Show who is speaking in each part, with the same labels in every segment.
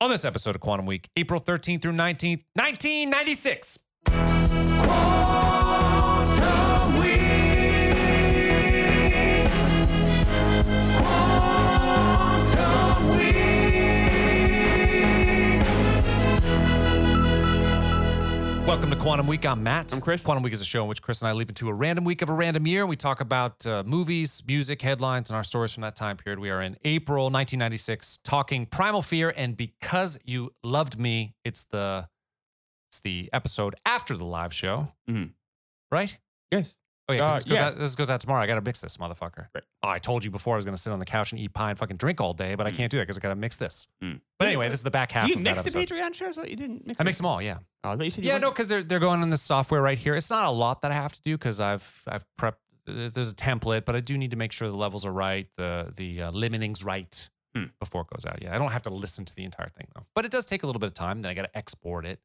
Speaker 1: on this episode of Quantum Week, April 13th through 19th, 1996. Welcome to Quantum Week. I'm Matt.
Speaker 2: I'm Chris.
Speaker 1: Quantum Week is a show in which Chris and I leap into a random week of a random year. We talk about uh, movies, music, headlines, and our stories from that time period. We are in April 1996, talking Primal Fear and Because You Loved Me. It's the it's the episode after the live show,
Speaker 2: Mhm.
Speaker 1: right?
Speaker 2: Yes.
Speaker 1: Oh yeah, 'cause
Speaker 2: Uh,
Speaker 1: this, goes
Speaker 2: yeah.
Speaker 1: out, this goes out tomorrow. I got to mix this motherfucker.
Speaker 2: Right.
Speaker 1: Oh, I told you before I was going to sit on the couch and eat pie and fucking drink all day, but I
Speaker 2: Mm.
Speaker 1: can't do that because I got to mix this.
Speaker 2: Mm.
Speaker 1: But anyway, this is the back half.
Speaker 2: Do you
Speaker 1: of
Speaker 2: mix
Speaker 1: that
Speaker 2: the
Speaker 1: episode.
Speaker 2: Patreon shows? I thought you didn't mix.
Speaker 1: I
Speaker 2: it.
Speaker 1: mix them all. Yeah.
Speaker 2: Oh, I thought you said you
Speaker 1: Yeah,
Speaker 2: weren't-
Speaker 1: no, because they're they're going on this software right here. It's not a lot that I have to do because I've I've prepped. uh, There's a template, but I do need to make sure the levels are right, the the uh, limiting's right
Speaker 2: Hmm.
Speaker 1: before it goes out. Yeah, I don't have to listen to the entire thing though, but it does take a little bit of time. Then I got to export it,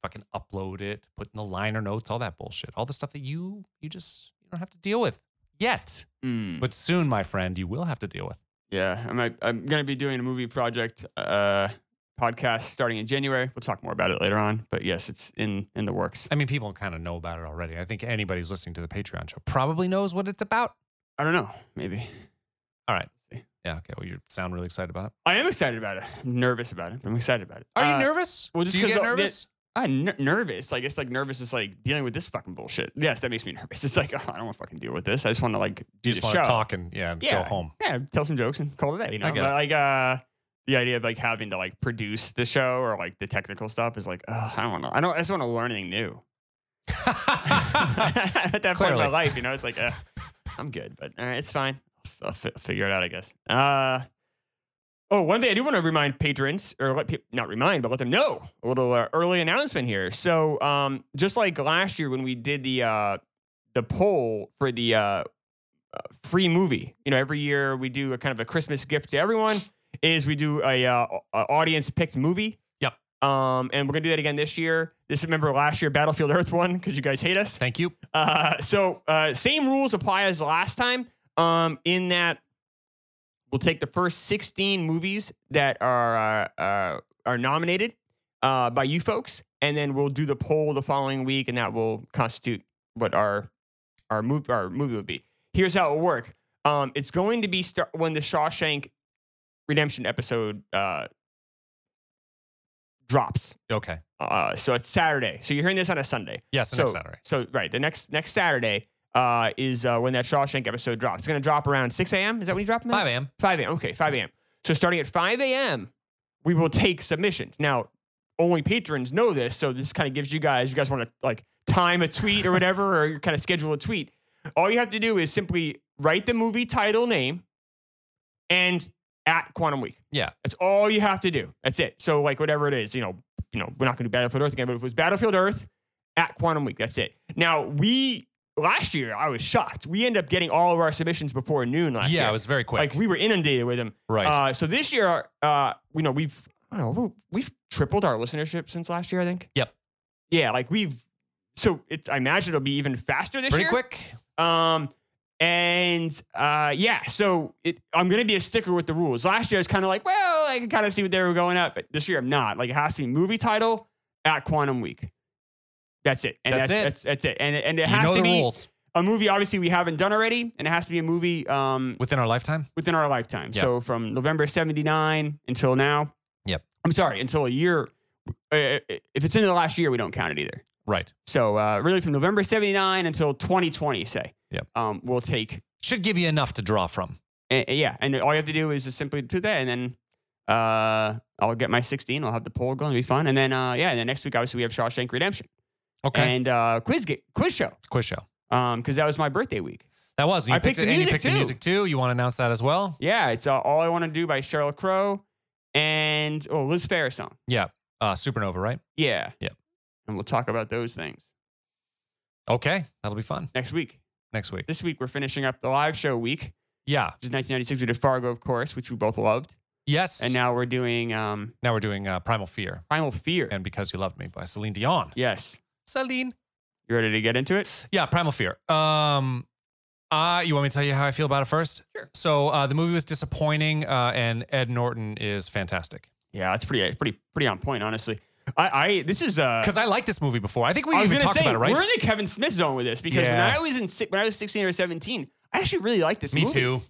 Speaker 1: fucking upload it, put in the liner notes, all that bullshit, all the stuff that you you just you don't have to deal with yet,
Speaker 2: Mm.
Speaker 1: but soon, my friend, you will have to deal with.
Speaker 2: Yeah, I'm. like- I'm gonna be doing a movie project uh, podcast starting in January. We'll talk more about it later on. But yes, it's in in the works.
Speaker 1: I mean, people kind of know about it already. I think anybody who's listening to the Patreon show probably knows what it's about.
Speaker 2: I don't know. Maybe
Speaker 1: All right. Yeah. Okay. Well, you sound really excited about it.
Speaker 2: I am excited about it. I'm nervous about it. But I'm excited about it.
Speaker 1: Are
Speaker 2: Uh,
Speaker 1: you nervous?
Speaker 2: well, just
Speaker 1: Do you
Speaker 2: 'cause
Speaker 1: get
Speaker 2: all the-
Speaker 1: nervous?
Speaker 2: I'm ner- nervous. I guess like nervous is like dealing with this fucking bullshit. Yes, that makes me nervous. It's like oh, I don't want to fucking deal with this. I just want to like do
Speaker 1: you
Speaker 2: the
Speaker 1: just
Speaker 2: show.
Speaker 1: want to talk and yeah, and
Speaker 2: Yeah.
Speaker 1: go home.
Speaker 2: yeah, tell some jokes and call it a day. You know,
Speaker 1: I get
Speaker 2: but, like uh, the idea of like having to like produce the show or like the technical stuff is like, ugh, I don't know. I don't. I just want to learn anything new. At that point in
Speaker 1: Clearly.
Speaker 2: my life, you know, it's like, uh, I'm good, but all right, it's fine. I'll, f- I'll f- figure it out, I guess. Uh, oh, one thing I do want to remind patrons, or let people not remind, but let them know a little uh, early announcement here. So, um, just like last year when we did the uh, the poll for the uh, free movie. You know, every year we do a kind of a Christmas gift to everyone. Is we do a, uh, audience picked movie.
Speaker 1: Yep.
Speaker 2: Um, and we're gonna do that again this year. This remember last year Battlefield Earth one because you guys hate us.
Speaker 1: Thank you.
Speaker 2: Uh, so uh, same rules apply as last time. Um, in that we'll take the first 16 movies that are uh, uh, are nominated uh, by you folks, and then we'll do the poll the following week, and that will constitute what our our movie our movie would be. Here's how it will work. Um, it's going to be star- when the Shawshank Redemption episode uh, drops.
Speaker 1: Okay.
Speaker 2: Uh, so it's Saturday. So you're hearing this on a Sunday.
Speaker 1: Yeah. So, next Saturday.
Speaker 2: So right, the next next Saturday uh, is uh, when that Shawshank episode drops. It's gonna drop around 6 a.m. Is that when you drop them?
Speaker 1: 5 a.m.
Speaker 2: 5 a.m. Okay, 5 a.m. So starting at 5 a.m., we will take submissions. Now, only patrons know this, so this kind of gives you guys, you guys want to like time a tweet or whatever, or kind of schedule a tweet. All you have to do is simply write the movie title name and at Quantum Week.
Speaker 1: Yeah.
Speaker 2: That's all you have to do. That's it. So like whatever it is, you know, you know, we're not gonna do Battlefield Earth again, but if it was Battlefield Earth at Quantum Week, that's it. Now we last year I was shocked. We ended up getting all of our submissions before noon last year.
Speaker 1: Yeah. It was very quick.
Speaker 2: Like we were inundated with them.
Speaker 1: right.
Speaker 2: Uh, so this year, uh, you know, we've I don't know, we've tripled our listenership since last year. I think.
Speaker 1: Yep.
Speaker 2: Yeah, like we've. So it's I imagine it'll be even faster this
Speaker 1: Pretty
Speaker 2: year.
Speaker 1: quick.
Speaker 2: Um, and uh, yeah, so it, I'm gonna be a sticker with the rules. Last year I was kind of like, well, I can kind of see what they were going up, but this year I'm not. Like it has to be movie title at Quantum Week. That's it. And
Speaker 1: That's
Speaker 2: That's, that's it. And and
Speaker 1: you
Speaker 2: it has
Speaker 1: know
Speaker 2: to
Speaker 1: the
Speaker 2: be
Speaker 1: rules
Speaker 2: a movie. Obviously, we haven't done already, and it has to be a movie. Um,
Speaker 1: within our lifetime.
Speaker 2: within our lifetime.
Speaker 1: Yep.
Speaker 2: So from November 79 until now.
Speaker 1: Yep.
Speaker 2: I'm sorry, until a year. uh, If it's in the last year, we don't count it either.
Speaker 1: Right.
Speaker 2: So uh, really from November 79 until 2020, say.
Speaker 1: Yep.
Speaker 2: Um, we'll take,
Speaker 1: Should give you enough to draw from.
Speaker 2: uh, yeah. And all you have to do is just simply do that. And then uh, I'll get my 16. I'll have the poll going. It'll be fun. And then, uh, yeah. And then next week, obviously, we have Shawshank Redemption
Speaker 1: Okay.
Speaker 2: and uh, quiz, ga- quiz show.
Speaker 1: quiz show.
Speaker 2: Because that was my birthday week.
Speaker 1: That was. and
Speaker 2: I
Speaker 1: You picked,
Speaker 2: picked the
Speaker 1: it, and you
Speaker 2: music,
Speaker 1: picked the
Speaker 2: too.
Speaker 1: music too. You want to announce that as well?
Speaker 2: Yeah. It's uh, All I Want to Do by Sheryl Crow and, oh, Liz Fair song.
Speaker 1: Yeah. Uh, supernova, right?
Speaker 2: Yeah.
Speaker 1: Yep.
Speaker 2: And we'll talk about those things
Speaker 1: Okay. That'll be fun
Speaker 2: next week.
Speaker 1: next week.
Speaker 2: This week we're finishing up the live show week,
Speaker 1: Yeah.
Speaker 2: which is 1996. We did Fargo, of course, which we both loved,
Speaker 1: Yes.
Speaker 2: and now we're doing um,
Speaker 1: now we're doing uh, Primal Fear
Speaker 2: Primal Fear.
Speaker 1: and Because You Loved Me by Celine Dion.
Speaker 2: yes,
Speaker 1: Celine.
Speaker 2: you ready to get into it?
Speaker 1: Yeah, Primal Fear. Um, uh, you want me to tell you how I feel about it first?
Speaker 2: Sure.
Speaker 1: So uh, the movie was disappointing, uh, and Ed Norton is fantastic.
Speaker 2: Yeah, that's pretty pretty pretty on point, honestly. I, I this is uh
Speaker 1: Because I liked this movie before. I think we
Speaker 2: I was
Speaker 1: even
Speaker 2: gonna
Speaker 1: talked
Speaker 2: say
Speaker 1: about it, right?
Speaker 2: we're in the Kevin Smith zone with this because
Speaker 1: Yeah.
Speaker 2: when I was in si- when I was sixteen or seventeen, I actually really liked this
Speaker 1: Me
Speaker 2: movie.
Speaker 1: too.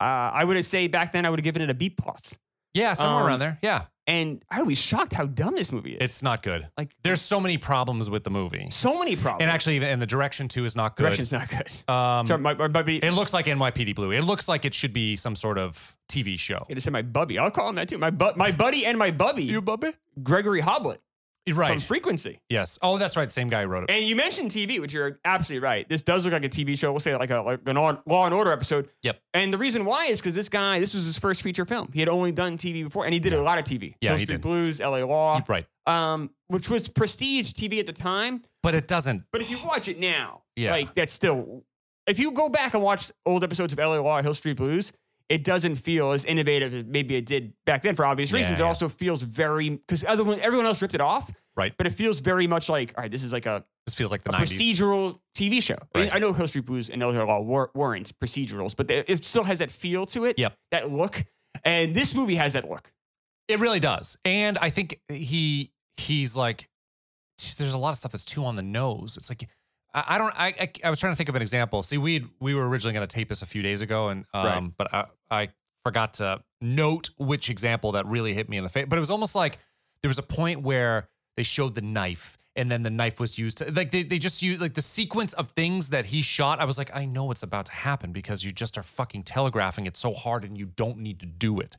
Speaker 2: Uh, I would have say back then I would have given it a B plus,
Speaker 1: Yeah, somewhere
Speaker 2: Um,
Speaker 1: around there. Yeah,
Speaker 2: and I was shocked how dumb this movie is.
Speaker 1: it's not good.
Speaker 2: like
Speaker 1: There's so many problems with the movie,
Speaker 2: so many problems.
Speaker 1: and actually, even- and the direction too is not good.
Speaker 2: direction's not good.
Speaker 1: Um,
Speaker 2: Sorry, my, my bubby.
Speaker 1: it looks like NYPD Blue. It looks like it should be some sort of TV show.
Speaker 2: It is my bubby. I'll call him that too. My bu- my buddy and my bubby,
Speaker 1: bubby?
Speaker 2: Gregory Hoblet from
Speaker 1: Right.
Speaker 2: Frequency.
Speaker 1: yes. Oh, that's right. Same guy who wrote it.
Speaker 2: And you mentioned TV, which you're absolutely right. This does look like a TV show. We'll say like a like an on, Law and Order episode.
Speaker 1: Yep.
Speaker 2: And the reason why is because this guy, this was his first feature film. He had only done TV before, and he did a lot of TV.
Speaker 1: Yeah,
Speaker 2: Hill
Speaker 1: he
Speaker 2: Street
Speaker 1: did.
Speaker 2: Blues, L.A. Law,
Speaker 1: right.
Speaker 2: um, which was prestige TV at the time.
Speaker 1: But it doesn't.
Speaker 2: But if you watch it now,
Speaker 1: Yeah.
Speaker 2: like that's still. If you go back and watch old episodes of L.A. Law, Hill Street Blues, it doesn't feel as innovative as maybe it did back then for obvious
Speaker 1: Yeah,
Speaker 2: reasons.
Speaker 1: yeah.
Speaker 2: It also feels very because everyone everyone else ripped it off,
Speaker 1: Right.
Speaker 2: but it feels very much like all right, this is like a
Speaker 1: This feels like the
Speaker 2: a
Speaker 1: 90s.
Speaker 2: procedural TV show. I, mean,
Speaker 1: Right.
Speaker 2: I know Hill Street Blues and Elder Law war- warrants procedurals, but they, it still has that feel to it.
Speaker 1: Yep.
Speaker 2: That look. And this movie has that look.
Speaker 1: It really does. And I think he he's like there's a lot of stuff that's too on the nose. It's like I, I don't I, I I was trying to think of an example. See, we we were originally going to tape this a few days ago and um
Speaker 2: Right.
Speaker 1: but I I forgot to note which example that really hit me in the face. But it was almost like there was a point where they showed the knife and then the knife was used to like they, they just used like the sequence of things that he shot i was like i know what's about to happen because you just are fucking telegraphing it so hard and you don't need to do it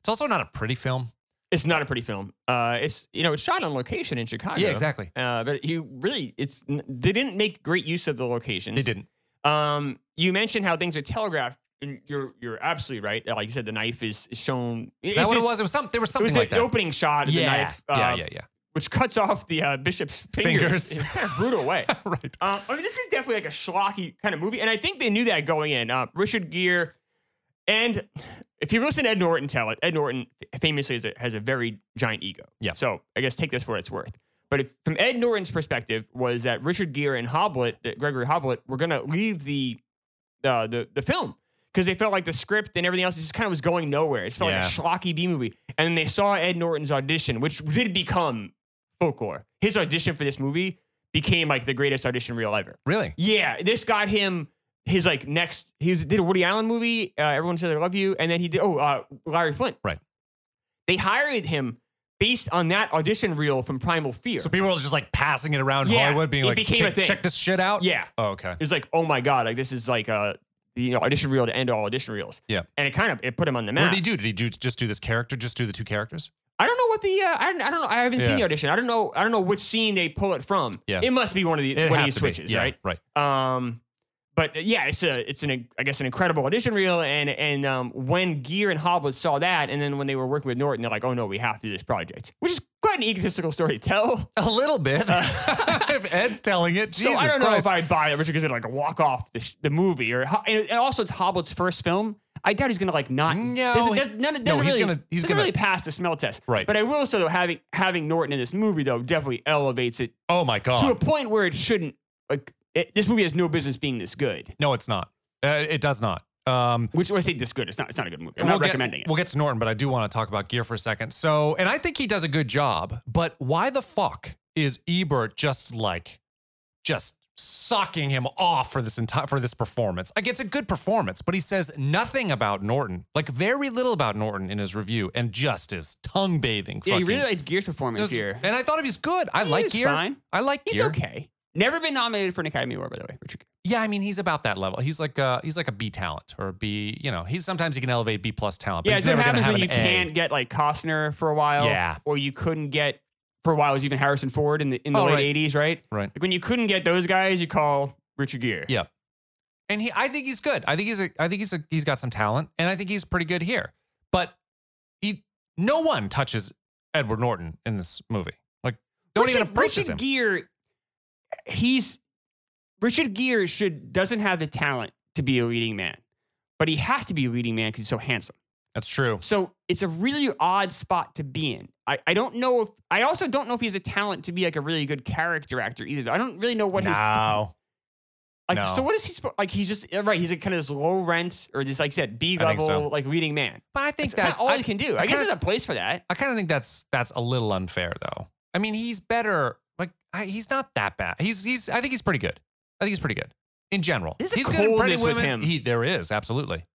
Speaker 1: it's also not a pretty film
Speaker 2: It's not a pretty film. Uh, it's you know it's shot on location in Chicago.
Speaker 1: Yeah, exactly.
Speaker 2: Uh, but you really it's n- they didn't make great use of the locations.
Speaker 1: They didn't.
Speaker 2: Um, you mentioned how things are telegraphed. And you're you're absolutely right. Like you said, the knife is, is shown.
Speaker 1: Is that what it was? It was some, there was
Speaker 2: It
Speaker 1: something
Speaker 2: was
Speaker 1: like
Speaker 2: the
Speaker 1: that.
Speaker 2: opening shot of
Speaker 1: yeah.
Speaker 2: the knife,
Speaker 1: yeah,
Speaker 2: um,
Speaker 1: yeah, yeah,
Speaker 2: which cuts off the uh, bishop's
Speaker 1: Fingers.
Speaker 2: fingers, in a kind of brutal way.
Speaker 1: Right.
Speaker 2: Um, I mean, this is definitely like a schlocky kind of movie, and I think they knew that going in. Uh, Richard Gere, and if you listen to Ed Norton tell it, Ed Norton famously has a, has a very giant ego.
Speaker 1: Yeah.
Speaker 2: So I guess take this for what it's worth. But if, from Ed Norton's perspective, was that Richard Gere and Hoblet, that Gregory Hoblet, were gonna leave the uh, the the film because they felt like the script and everything else just kind of was going nowhere. It felt
Speaker 1: Yeah.
Speaker 2: like a schlocky B movie, and then they saw Ed Norton's audition, which did become folklore. His audition for this movie became like the greatest audition reel ever.
Speaker 1: Really?
Speaker 2: Yeah, this got him his like next. He was, did a Woody Allen movie. Uh, Everyone said they love you, and then he did oh uh, Larry Flint.
Speaker 1: Right.
Speaker 2: They hired him based on that audition reel from Primal Fear.
Speaker 1: So people were just like passing it around
Speaker 2: Yeah,
Speaker 1: Hollywood, being
Speaker 2: it
Speaker 1: like,
Speaker 2: became a
Speaker 1: check,
Speaker 2: thing.
Speaker 1: check this shit out.
Speaker 2: yeah,
Speaker 1: Oh, okay.
Speaker 2: it was like oh my god, like this is like uh you know audition reel to end all audition reels.
Speaker 1: Yeah.
Speaker 2: and it kind of it put him on the
Speaker 1: What
Speaker 2: map.
Speaker 1: did he do? Did he do, just do this character? Just do the two characters?
Speaker 2: I don't know what the uh, I, don't, I don't know. I haven't seen
Speaker 1: Yeah.
Speaker 2: the audition. I don't know. I don't know which scene they pull it from.
Speaker 1: Yeah.
Speaker 2: it must be one of the
Speaker 1: It
Speaker 2: one of
Speaker 1: has
Speaker 2: these
Speaker 1: to
Speaker 2: switches,
Speaker 1: be. Yeah,
Speaker 2: right?
Speaker 1: Right.
Speaker 2: Um, but uh, yeah, it's a it's an I guess an incredible audition reel. And and um, when Gear and Hoblet saw that, and then when they were working with Norton, they're like, oh no, we have to do this project, which is quite an egotistical story to tell.
Speaker 1: A little bit. Uh, if Ed's telling it,
Speaker 2: so I don't know if I buy it. Richard Gere like walk off the, sh- the movie, or ho- and and also it's Hoblet's first film. I doubt he's gonna like not.
Speaker 1: No,
Speaker 2: doesn't,
Speaker 1: he-
Speaker 2: doesn't, none,
Speaker 1: no,
Speaker 2: doesn't
Speaker 1: he's
Speaker 2: really,
Speaker 1: gonna- he's
Speaker 2: doesn't
Speaker 1: gonna-
Speaker 2: really pass the smell test.
Speaker 1: Right.
Speaker 2: But I will say though, having having Norton in this movie though definitely elevates it
Speaker 1: oh my god.
Speaker 2: to a point where it shouldn't. Like it, this movie has no business being this good.
Speaker 1: no, it's not. Uh, it does not. Um,
Speaker 2: Which when I say this good, it's not. It's not a good movie. I'm
Speaker 1: we'll
Speaker 2: not recommending
Speaker 1: get,
Speaker 2: it.
Speaker 1: We'll get to Norton, but I do want to talk about Gear for a second. So, and I think he does a good job, but why the fuck is Ebert just like, just socking him off for this entire for this performance? Like, it's a good performance, but he says nothing about Norton, like very little about Norton in his review, and just is tongue bathing.
Speaker 2: Yeah, you really liked Gear's performance here.
Speaker 1: And I thought he was good. eh, I like
Speaker 2: he's
Speaker 1: Gear.
Speaker 2: fine.
Speaker 1: I like
Speaker 2: He's
Speaker 1: Gear.
Speaker 2: okay. Never been nominated for an Academy Award, by the way. Richard.
Speaker 1: Yeah, I mean he's about that level. He's like a, he's like a B talent or a B. You know, he's sometimes he can elevate B plus talent. But
Speaker 2: Yeah,
Speaker 1: he's
Speaker 2: it's what
Speaker 1: never gonna
Speaker 2: happens
Speaker 1: have
Speaker 2: when you
Speaker 1: an A.
Speaker 2: can't get like Costner for a while.
Speaker 1: Yeah.
Speaker 2: Or you couldn't get for a while it was even Harrison Ford in the in the
Speaker 1: Oh,
Speaker 2: late
Speaker 1: right.
Speaker 2: '80s, right?
Speaker 1: Right.
Speaker 2: Like when you couldn't get those guys, you call Richard Gere.
Speaker 1: Yeah. and he I think he's good. I think he's a I think he's a he's got some talent and I think he's pretty good here. But he no one touches Edward Norton in this movie. Like don't
Speaker 2: Richard,
Speaker 1: even approach
Speaker 2: Richard
Speaker 1: him.
Speaker 2: Gere. He's Richard Gere should doesn't have the talent to be a leading man, but he has to be a leading man because he's so handsome.
Speaker 1: That's true.
Speaker 2: So it's a really odd spot to be in. I, I don't know if I also don't know if he has a talent to be like a really good character actor either. though. I don't really know what his
Speaker 1: no.
Speaker 2: Like,
Speaker 1: No.
Speaker 2: so what is he supposed? Like, he's just right. He's like kind of this low rent or this like I said B
Speaker 1: I think
Speaker 2: level
Speaker 1: so.
Speaker 2: like leading man.
Speaker 1: But I think
Speaker 2: That's
Speaker 1: that
Speaker 2: that all
Speaker 1: I,
Speaker 2: he can do. I,
Speaker 1: I
Speaker 2: guess
Speaker 1: kinda-
Speaker 2: there's a place for that.
Speaker 1: I kind of think that's that's a little unfair though. I mean, he's better. Like I, he's not that bad. He's he's. I think he's pretty good. I think he's pretty good in general.
Speaker 2: There's a
Speaker 1: he's good at pretty
Speaker 2: coldness with
Speaker 1: women.
Speaker 2: him.
Speaker 1: He there is absolutely.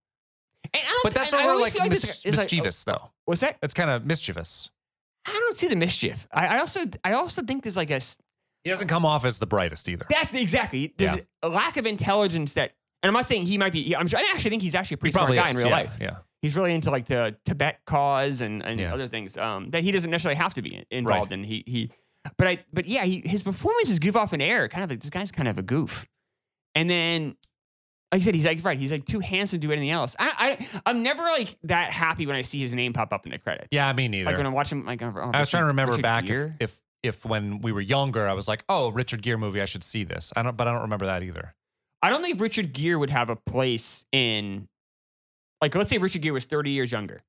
Speaker 2: And I don't,
Speaker 1: But that's
Speaker 2: and I
Speaker 1: over
Speaker 2: always
Speaker 1: like,
Speaker 2: feel
Speaker 1: mis-
Speaker 2: this- it's like, oh,
Speaker 1: mischievous though.
Speaker 2: what's that?
Speaker 1: That's kind of mischievous.
Speaker 2: I don't see the mischief. I, I also I also think there's like a s-
Speaker 1: He doesn't come off as the brightest either.
Speaker 2: that's the- exactly there's
Speaker 1: Yeah.
Speaker 2: a lack of intelligence that. And I'm not saying he might be. yeah, I'm sure. I actually think he's actually a pretty smart guy in
Speaker 1: is,
Speaker 2: real
Speaker 1: yeah,
Speaker 2: life.
Speaker 1: Yeah.
Speaker 2: He's really into like the Tibet cause and, and
Speaker 1: Yeah.
Speaker 2: other things um, that he doesn't necessarily have to be in- involved in. He he, but I but yeah, he, his performances give off an air. Kind of like this guy's kind of a goof. And then, like I said, he's like right. He's like too handsome to do anything else. I I I'm never like that happy when I see his name pop up in the credits.
Speaker 1: Yeah, me neither.
Speaker 2: Like when I watch him, like oh,
Speaker 1: I was trying to remember
Speaker 2: Richard
Speaker 1: back if,
Speaker 2: Gere?
Speaker 1: if if when we were younger, I was like, oh, Richard Gere movie, I should see this. I don't, but I don't remember that either.
Speaker 2: I don't think Richard Gere would have a place in, like, let's say Richard Gere was 30 years younger.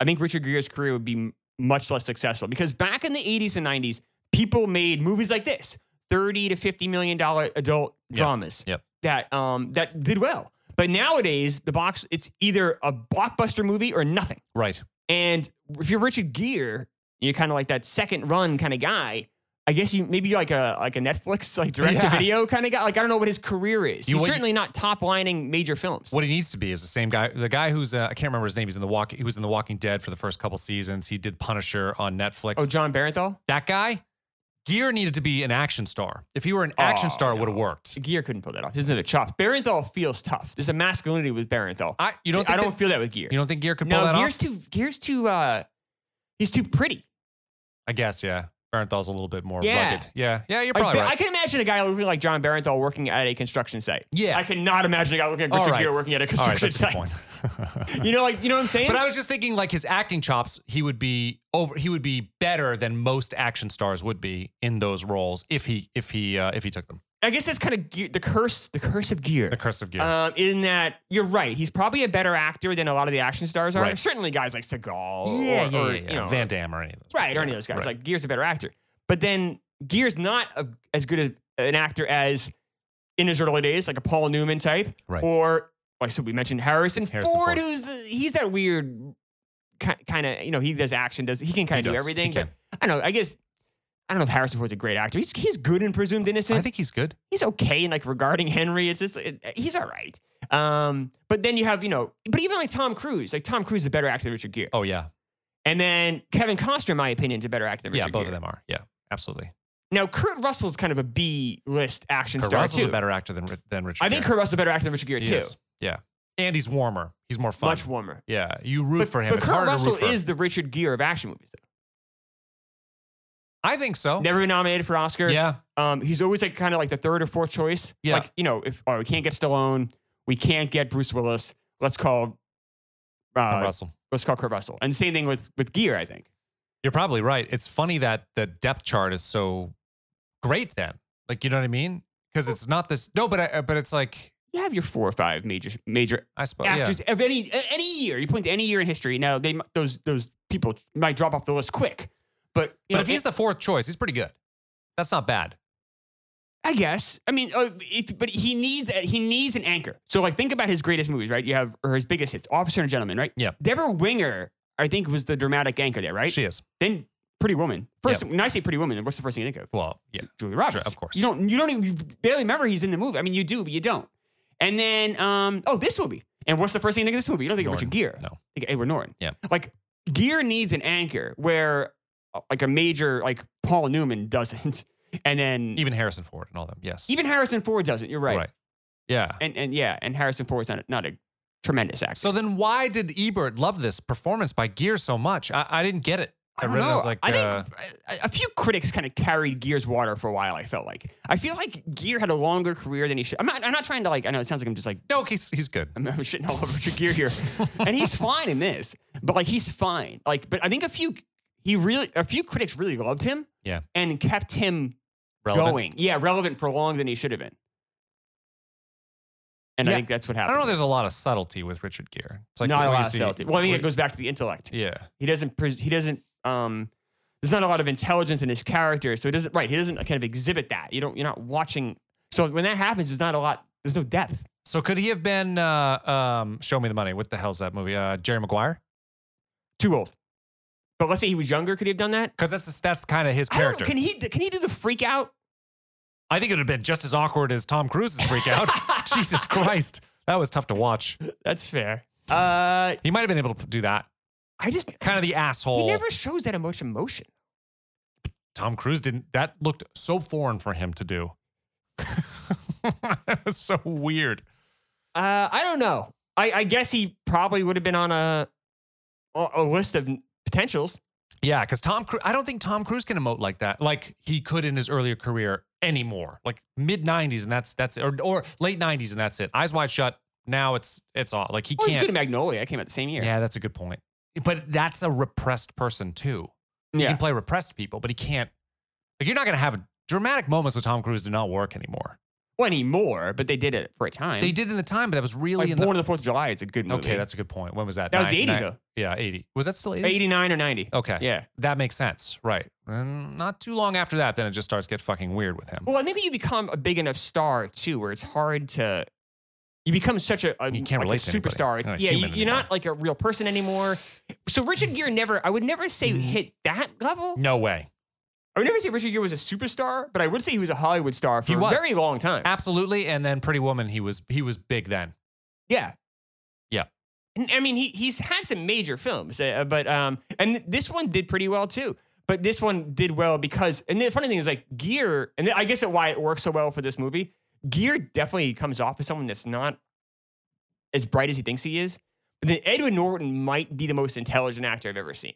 Speaker 2: I think Richard Gere's career would be m- much less successful because back in the 80s and 90s, people made movies like this 30 to 50 million dollar adult
Speaker 1: Yep.
Speaker 2: dramas
Speaker 1: Yep.
Speaker 2: that um that did well. But nowadays, the box it's either a blockbuster movie or nothing.
Speaker 1: Right.
Speaker 2: And if you're Richard Gere, you're kind of like that second run kind of guy. I guess you maybe you're like a like a Netflix like direct to video kind of guy. Like I don't know what his career is.
Speaker 1: You-
Speaker 2: He's
Speaker 1: what you-
Speaker 2: certainly not top lining major films.
Speaker 1: What he needs to be is the same guy. The guy who's uh, I can't remember his name. He's in the walk. He was in the Walking Dead for the first couple seasons. He did Punisher on Netflix.
Speaker 2: oh, John Barenthal.
Speaker 1: that guy, Gear needed to be an action star. If he were an action
Speaker 2: Oh,
Speaker 1: star, it would have
Speaker 2: no.
Speaker 1: worked.
Speaker 2: Gear couldn't pull that off. There's another chop. Barenthal feels tough. There's a masculinity with Barenthal.
Speaker 1: I you don't think
Speaker 2: I don't
Speaker 1: that-
Speaker 2: feel that with Gear.
Speaker 1: you don't think Gear could pull
Speaker 2: no,
Speaker 1: that
Speaker 2: Gear's
Speaker 1: off?
Speaker 2: too. Gear's too. uh He's too pretty.
Speaker 1: I guess yeah. Berenthal's a little bit more
Speaker 2: Yeah.
Speaker 1: rugged. Yeah, yeah, you're
Speaker 2: Like,
Speaker 1: probably
Speaker 2: Ba- I
Speaker 1: right.
Speaker 2: can imagine a guy looking like John Barenthal working at a construction site.
Speaker 1: yeah,
Speaker 2: I cannot imagine a guy looking like
Speaker 1: All
Speaker 2: Richard
Speaker 1: right.
Speaker 2: Gere working at a
Speaker 1: all right,
Speaker 2: construction
Speaker 1: that's a good
Speaker 2: site.
Speaker 1: point.
Speaker 2: You know, like you know what I'm saying?
Speaker 1: But I was just thinking, like his acting chops, he would be over. He would be better than most action stars would be in those roles if he if he uh, if he took them.
Speaker 2: I guess that's kind of ge- the curse, the curse of gear.
Speaker 1: The Curse of Gear.
Speaker 2: Um, in that you're right, he's probably a better actor than a lot of the action stars are.
Speaker 1: Right.
Speaker 2: Certainly, guys like Seagal, or, or, you know,
Speaker 1: Van Damme or any of those.
Speaker 2: right, or any
Speaker 1: Yeah,
Speaker 2: of those guys.
Speaker 1: right.
Speaker 2: Like Gear's a better actor, but then Gear's not a, as good a, an actor as in his early days, like a Paul Newman type,
Speaker 1: Right.
Speaker 2: or like so we mentioned Harrison,
Speaker 1: Harrison
Speaker 2: Ford,
Speaker 1: Ford.
Speaker 2: who's uh, he's that weird kind of you know he does action, does he can kind
Speaker 1: He
Speaker 2: of do
Speaker 1: does.
Speaker 2: everything.
Speaker 1: He can.
Speaker 2: But I don't know. I guess. I don't know if Harrison Ford's a great actor. He's, he's good in Presumed Innocent
Speaker 1: I think he's good.
Speaker 2: he's okay in like regarding Henry. It's just it, he's all right. Um, but then you have you know, but even like Tom Cruise, like Tom Cruise is a better actor than Richard Gere,
Speaker 1: Oh yeah,
Speaker 2: and then Kevin Costner, in my opinion, is a better actor than
Speaker 1: yeah.
Speaker 2: Richard
Speaker 1: Both
Speaker 2: Gere.
Speaker 1: of them are. Yeah, absolutely.
Speaker 2: Now Kurt Russell's kind of a B list action
Speaker 1: Kurt
Speaker 2: star
Speaker 1: Russell's
Speaker 2: too.
Speaker 1: a better actor than Ri- than Richard.
Speaker 2: I think
Speaker 1: Gere.
Speaker 2: Kurt Russell's a better actor than Richard Gere
Speaker 1: He
Speaker 2: too.
Speaker 1: is. Yeah, and he's warmer. He's more fun.
Speaker 2: Much warmer.
Speaker 1: yeah, you root
Speaker 2: But,
Speaker 1: for him.
Speaker 2: but
Speaker 1: it's
Speaker 2: Kurt
Speaker 1: harder
Speaker 2: Russell
Speaker 1: to root for.
Speaker 2: is the Richard Gere of action movies. Though.
Speaker 1: I think so.
Speaker 2: Never been nominated for Oscar.
Speaker 1: Oh. Yeah,
Speaker 2: Um, he's always like kind of like the third or fourth choice.
Speaker 1: Yeah.
Speaker 2: Like you know, if oh we can't get Stallone, we can't get Bruce Willis. Let's call.
Speaker 1: Kurt
Speaker 2: Uh,
Speaker 1: Russell.
Speaker 2: let's call Kurt Russell. And same thing with with Gear, I think.
Speaker 1: You're probably right. It's funny that the depth chart is so great then. Like, you know what I mean? Because it's not this. No, but I, uh, but it's like
Speaker 2: You have your four or five major major
Speaker 1: I suppose.
Speaker 2: actors of any any year. You point to any year in history. Now they m- those those people might drop off the list quick, but you
Speaker 1: Yeah.
Speaker 2: know,
Speaker 1: But if he's the fourth choice, he's pretty good. That's not bad.
Speaker 2: I guess. I mean, uh, if, but he needs a- he needs an anchor. So like, think about his greatest movies, right? You have or his biggest hits, Officer and Gentleman, right?
Speaker 1: Yep.
Speaker 2: Deborah Winger, I think, was the dramatic anchor there, right?
Speaker 1: She is.
Speaker 2: then Pretty Woman. First, when I say Pretty Woman, what's the first thing you think of?
Speaker 1: Well, yeah.
Speaker 2: Julia Roberts.
Speaker 1: of course.
Speaker 2: You don't. You don't even you barely remember he's in the movie. I mean, you do, but you don't. And then, um, oh, this movie. And what's the first thing you think of this movie? You don't think
Speaker 1: Norton.
Speaker 2: of Richard Gere.
Speaker 1: No.
Speaker 2: Think of Edward Norton.
Speaker 1: Yeah.
Speaker 2: Like Gere needs an anchor where, uh, like a major like Paul Newman doesn't, and then even,
Speaker 1: Even Harrison Ford and all them. Yes.
Speaker 2: Harrison Ford doesn't. You're right.
Speaker 1: Yeah.
Speaker 2: And and yeah, and Harrison Ford's not a, not a tremendous actor.
Speaker 1: So then why did Ebert love this performance by Gear so much? I, I didn't get it. I,
Speaker 2: don't
Speaker 1: really
Speaker 2: know.
Speaker 1: was like,
Speaker 2: I
Speaker 1: uh,
Speaker 2: think a- a few critics kind of carried Gear's water for a while. I felt like I feel like Gear had a longer career than he should. I'm not. I'm not trying to like. I know it sounds like I'm just like
Speaker 1: no, he's, he's good.
Speaker 2: I'm, I'm shitting all over Richard Gere here, and he's fine in this. But like he's fine. Like, but I think a few he really a few critics really loved him.
Speaker 1: Yeah.
Speaker 2: and kept him
Speaker 1: Relevant.
Speaker 2: going. Yeah, relevant for longer than he should have been. And
Speaker 1: Yeah.
Speaker 2: I think that's what
Speaker 1: I
Speaker 2: happened.
Speaker 1: don't know. There's a lot of subtlety with Richard Gere. It's like
Speaker 2: not
Speaker 1: what
Speaker 2: a
Speaker 1: you
Speaker 2: lot of
Speaker 1: see-
Speaker 2: subtlety. Well, I think
Speaker 1: what-
Speaker 2: it goes back to the intellect
Speaker 1: Yeah.
Speaker 2: he doesn't pres- he doesn't um there's not a lot of intelligence in his character so he doesn't right he doesn't kind of exhibit that you don't you're not watching so when that happens there's not a lot There's no depth.
Speaker 1: So could he have been uh, um, Show Me the Money? What the hell's that movie? Uh, Jerry Maguire?
Speaker 2: Too old. But let's say he was younger. Could he have done that?
Speaker 1: Because that's that's kind of his
Speaker 2: I don't-
Speaker 1: character.
Speaker 2: Can he? Can he do the freak out?
Speaker 1: I think it would have been just as awkward as Tom Cruise's freak out. Jesus Christ, that was tough to watch.
Speaker 2: That's fair. Uh,
Speaker 1: He might have been able to do that.
Speaker 2: I just
Speaker 1: Kind of the asshole.
Speaker 2: he never shows that much emotion.
Speaker 1: Tom Cruise didn't. That looked so foreign for him to do. that was so weird.
Speaker 2: Uh, I don't know. I, I guess he probably would have been on a a a list of potentials.
Speaker 1: Yeah, because Tom Cruise. I don't think Tom Cruise can emote like that, like he could in his earlier career anymore. Like mid '90s, and that's that's or or late '90s, and that's it. Eyes wide shut. Now it's it's all like he
Speaker 2: Well, he's
Speaker 1: can't.
Speaker 2: good at Magnolia. I came out the same year.
Speaker 1: yeah, that's a good point. But that's a repressed person too. He
Speaker 2: yeah.
Speaker 1: can play repressed people, but he can't. Like you're not gonna have dramatic moments with Tom Cruise do not work anymore.
Speaker 2: Plenty more, but they did it for a time.
Speaker 1: They did in the time, but that was really
Speaker 2: like
Speaker 1: in
Speaker 2: Born
Speaker 1: the.
Speaker 2: on the Fourth of July. It's a good movie.
Speaker 1: Okay, that's a good point. When was that?
Speaker 2: that was
Speaker 1: Nine-
Speaker 2: the '80s
Speaker 1: nine-
Speaker 2: though.
Speaker 1: Yeah, 80. Was that still 80s?
Speaker 2: 89 or 90.
Speaker 1: Okay.
Speaker 2: Yeah.
Speaker 1: That makes sense. Right. And not too long after that, then it just starts to get fucking weird with him.
Speaker 2: Well, I think that you become a big enough star too, where it's hard to. You become such a, a-
Speaker 1: You can't
Speaker 2: like a
Speaker 1: relate to anybody.
Speaker 2: superstar. It's,
Speaker 1: You're not
Speaker 2: yeah, you,
Speaker 1: human
Speaker 2: you're not like a real person anymore. So Richard Gere never. I would never say
Speaker 1: Mm.
Speaker 2: hit that level.
Speaker 1: No way.
Speaker 2: I would never say Richard Gere was a superstar, but I would say he was a Hollywood star for
Speaker 1: He was.
Speaker 2: a very long time.
Speaker 1: Absolutely. And then Pretty Woman, he was he was big then.
Speaker 2: Yeah.
Speaker 1: Yeah.
Speaker 2: And, I mean, he he's had some major films, uh, but um, and th- this one did pretty well too. But this one did well because, and the funny thing is, like Gear, and I guess it, why it works so well for this movie. Gear definitely comes off as someone that's not as bright as he thinks he is. But then Edward Norton might be the most intelligent actor I've ever seen.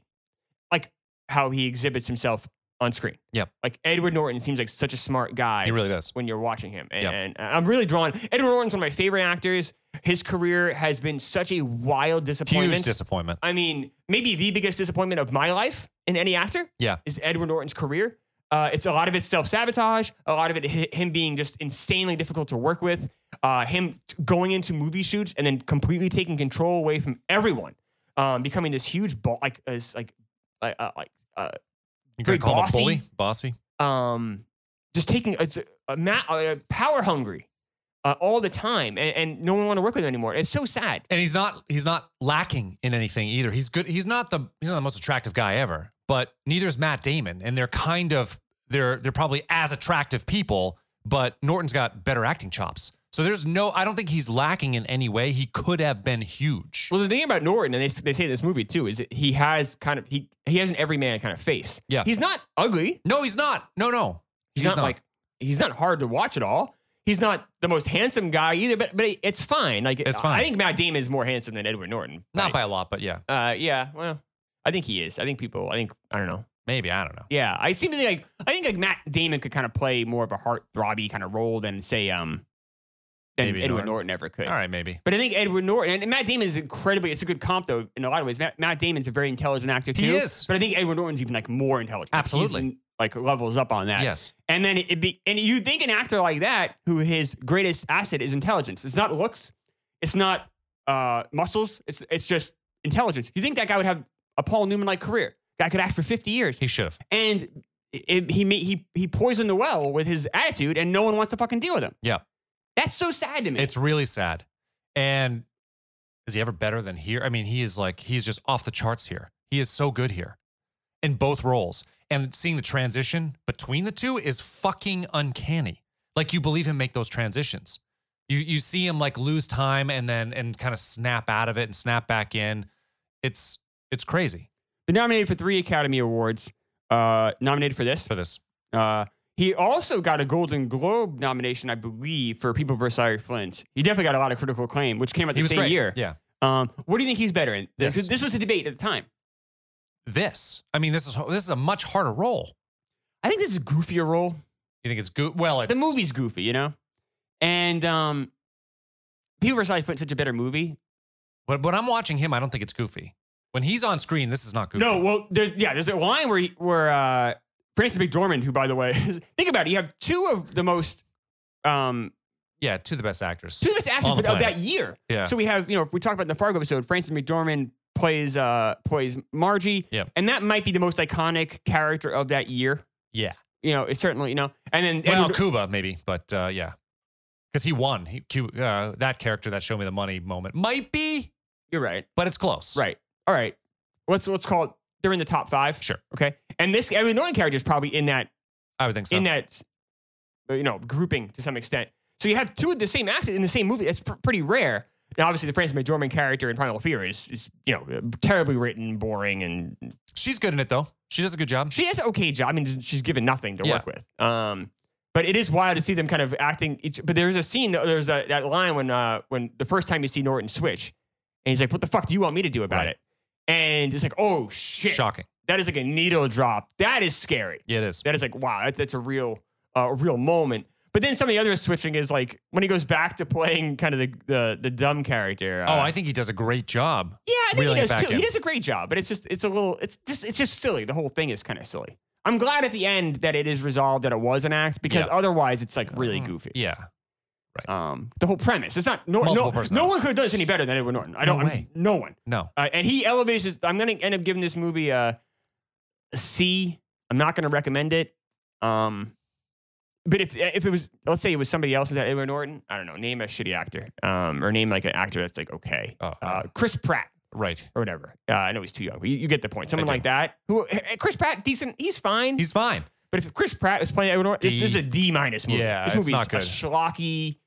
Speaker 2: Like how he exhibits himself on screen.
Speaker 1: Yep.
Speaker 2: Like Edward Norton seems like such a smart guy
Speaker 1: He really does.
Speaker 2: when you're watching him. And,
Speaker 1: Yep.
Speaker 2: and I'm really drawn. Edward Norton's one of my favorite actors. His career has been such a wild disappointment.
Speaker 1: Huge disappointment.
Speaker 2: I mean, maybe the biggest disappointment of my life in any actor
Speaker 1: Yeah.
Speaker 2: is Edward Norton's career. Uh, it's a lot of it's self sabotage, a lot of it hi- him being just insanely difficult to work with, uh, him t- going into movie shoots and then completely taking control away from everyone, um, becoming this huge ball like this like uh, uh, like uh,
Speaker 1: You could
Speaker 2: Very
Speaker 1: call him a
Speaker 2: bossy.
Speaker 1: bully. Bossy.
Speaker 2: um, just taking it's a, a, ma- a power hungry uh, all the time, and, and no one want to work with him anymore. It's so sad.
Speaker 1: And he's not he's not lacking in anything either. He's good. He's not the he's not the most attractive guy ever, but neither is Matt Damon. And they're kind of they're they're probably as attractive people, but Norton's got better acting chops. So there's no I don't think he's lacking in any way. He could have been huge.
Speaker 2: Well, the thing about Norton, and they, s- they say in this movie too, is that he has kind of he he has an everyman kind of face.
Speaker 1: Yeah.
Speaker 2: he's not ugly.
Speaker 1: No, he's not. No, no.
Speaker 2: He's, not, like he's not hard to watch at all. He's not the most handsome guy either, but but it's fine. Like
Speaker 1: It's
Speaker 2: I-
Speaker 1: fine.
Speaker 2: I think Matt Damon is more handsome than Edward Norton.
Speaker 1: not by a lot, but yeah,
Speaker 2: by. Uh, yeah. Well, I think he is. I think people. I think I don't know.
Speaker 1: maybe I don't know.
Speaker 2: Yeah, I seem to think like I think like Matt Damon could kind of play more of a heartthrobby kind of role than say um than
Speaker 1: Maybe
Speaker 2: Edward
Speaker 1: Norton.
Speaker 2: Norton. ever could.
Speaker 1: All right, maybe
Speaker 2: But I think Edward Norton and Matt Damon is incredibly. It's a good comp though in a lot of ways. Matt, Matt Damon's a very intelligent actor too.
Speaker 1: He is.
Speaker 2: But I think Edward Norton's even like more intelligent. Like, he's
Speaker 1: Absolutely.
Speaker 2: in- like levels up on that.
Speaker 1: yes.
Speaker 2: And then it be and you think an actor like that who his greatest asset is intelligence. It's not looks. It's not uh, muscles. It's it's just intelligence. You think that guy would have a Paul Newman like career? Guy could act for fifty years
Speaker 1: He should have.
Speaker 2: and it, it- he ma- he he poisoned the well with his attitude, and no one wants to fucking deal with him.
Speaker 1: Yeah.
Speaker 2: that's so sad to me.
Speaker 1: It's really sad. And is he ever better than here? I mean, he is like he's just off the charts here. He is so good here in both roles. And seeing the transition between the two is fucking uncanny. Like you believe him make those transitions. You you see him like lose time and then and kind of snap out of it and snap back in. It's it's crazy
Speaker 2: Been nominated for three Academy Awards. Uh, nominated for this.
Speaker 1: for this.
Speaker 2: Uh, he also got a Golden Globe nomination, I believe, for People vs. Larry Flint. He definitely got a lot of critical acclaim, which came out
Speaker 1: He
Speaker 2: the
Speaker 1: was
Speaker 2: same
Speaker 1: great.
Speaker 2: year.
Speaker 1: Yeah.
Speaker 2: Um, what do you think he's better in? This,
Speaker 1: This.
Speaker 2: this was a debate at the time.
Speaker 1: This. I mean, this is this is a much harder role.
Speaker 2: I think this is a goofier role.
Speaker 1: You think it's good? Well, it's
Speaker 2: the movie's goofy, you know? And um, People vs. Larry Flint's such a better movie.
Speaker 1: But when I'm watching him, I don't think it's goofy. When he's on screen, this is not goofy.
Speaker 2: No, well, there's yeah, there's a line where he, where uh, Francis McDormand, who by the way, is- think about it, you have two of the most um
Speaker 1: yeah, two of the best actors.
Speaker 2: two of the best actors
Speaker 1: On the
Speaker 2: but of
Speaker 1: planet.
Speaker 2: that year.
Speaker 1: Yeah.
Speaker 2: So we have you know if we talk about in the Fargo episode, Francis McDormand plays uh plays Margie,
Speaker 1: Yeah.
Speaker 2: and that might be the most iconic character of that year.
Speaker 1: yeah.
Speaker 2: You know, it's certainly you know, and then
Speaker 1: Well,
Speaker 2: Edward-
Speaker 1: Cuba maybe, but uh, yeah, because he won. He, Q- uh, that character, that show me the money moment, might be,
Speaker 2: You're right.
Speaker 1: but it's close.
Speaker 2: Right. All right. Let's let's call it. They're in the top five.
Speaker 1: Sure.
Speaker 2: Okay. And this I mean, Norton character is probably in that
Speaker 1: I would think so.
Speaker 2: in that uh, you know grouping to some extent. So you have two of the same actors in the same movie. That's pr- pretty rare. Now, obviously, the Frances McDormand character in Primal Fear is, is you know uh, terribly written, boring, and
Speaker 1: She's good in it though. She does a good job.
Speaker 2: she has an okay job. I mean, she's given nothing to
Speaker 1: Yeah.
Speaker 2: work with. Um, but it is wild to see them kind of acting. Each, but there's a scene. There's a, that line when uh, when the first time you see Norton switch, and he's like, "What the fuck do you want me to do about
Speaker 1: Right.
Speaker 2: it?" And it's like, "Oh shit,
Speaker 1: Shocking.
Speaker 2: that is like a needle drop. That is scary.
Speaker 1: Yeah, it is.
Speaker 2: That is like wow, that's, that's a real uh, a real moment." But then some of the other switching is like when he goes back to playing kind of the the, the dumb character.
Speaker 1: Oh,
Speaker 2: uh,
Speaker 1: I think he does a great job.
Speaker 2: yeah, I think
Speaker 1: Reeling it
Speaker 2: he does
Speaker 1: back
Speaker 2: too.
Speaker 1: in.
Speaker 2: He does a great job, but it's just it's a little it's just it's just silly. The whole thing is kind of silly. I'm glad at the end that it is resolved that it was an act because
Speaker 1: Yeah.
Speaker 2: otherwise it's like really
Speaker 1: Mm,
Speaker 2: goofy.
Speaker 1: Yeah.
Speaker 2: Um, the whole premise. It's not no
Speaker 1: Multiple
Speaker 2: no, no
Speaker 1: personalities.
Speaker 2: one could have done this any better than Edward Norton. I
Speaker 1: No
Speaker 2: don't. I'm-
Speaker 1: way.
Speaker 2: no one.
Speaker 1: No.
Speaker 2: Uh, and he elevates. His, I'm gonna end up giving this movie a a C. I'm not gonna recommend it. Um, but if if it was let's say it was somebody else that Edward Norton, I don't know. Name a shitty actor. Um, or name like an actor that's like okay.
Speaker 1: Oh,
Speaker 2: Uh, Chris Pratt
Speaker 1: right.
Speaker 2: or whatever. Uh, I know he's too young, but you, you get the point. Someone
Speaker 1: do.
Speaker 2: like that. Who eh, eh, Chris Pratt, decent. He's fine.
Speaker 1: He's fine.
Speaker 2: but if Chris Pratt was playing Edward Norton, this, this is
Speaker 1: D.
Speaker 2: a D minus movie.
Speaker 1: Yeah,
Speaker 2: this
Speaker 1: it's
Speaker 2: movie
Speaker 1: not
Speaker 2: is
Speaker 1: good.
Speaker 2: a schlocky.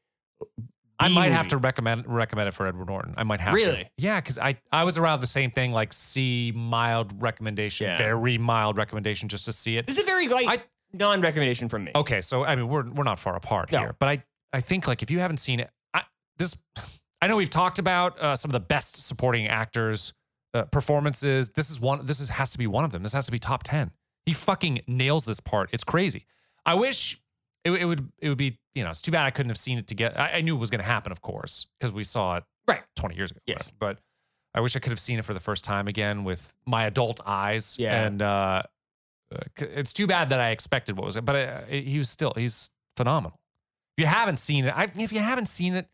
Speaker 1: I
Speaker 2: B
Speaker 1: might have
Speaker 2: movie.
Speaker 1: to recommend recommend it for Edward Norton. I might have to.
Speaker 2: Really?
Speaker 1: Yeah, because I I was around the same thing, like C mild recommendation,
Speaker 2: Yeah.
Speaker 1: very mild recommendation, just to see it.
Speaker 2: This is a very like
Speaker 1: I-
Speaker 2: non recommendation from me.
Speaker 1: Okay, so I mean we're we're not far apart
Speaker 2: No.
Speaker 1: here, but I I think like if you haven't seen it, I, this I know we've talked about uh, some of the best supporting actors uh, performances. This is one. This is has to be one of them. This has to be top ten. He fucking nails this part. It's crazy. I wish it, it would it would be you know it's too bad I couldn't have seen it together. I, I knew it was going to happen, of course, because we saw it
Speaker 2: Right.
Speaker 1: twenty years ago.
Speaker 2: Yes.
Speaker 1: but, but I wish I could have seen it for the first time again with my adult eyes.
Speaker 2: Yeah.
Speaker 1: and uh, uh, c- it's too bad that I expected what was it, but uh, it, he was still he's phenomenal. If you haven't seen it, I, if you haven't seen it,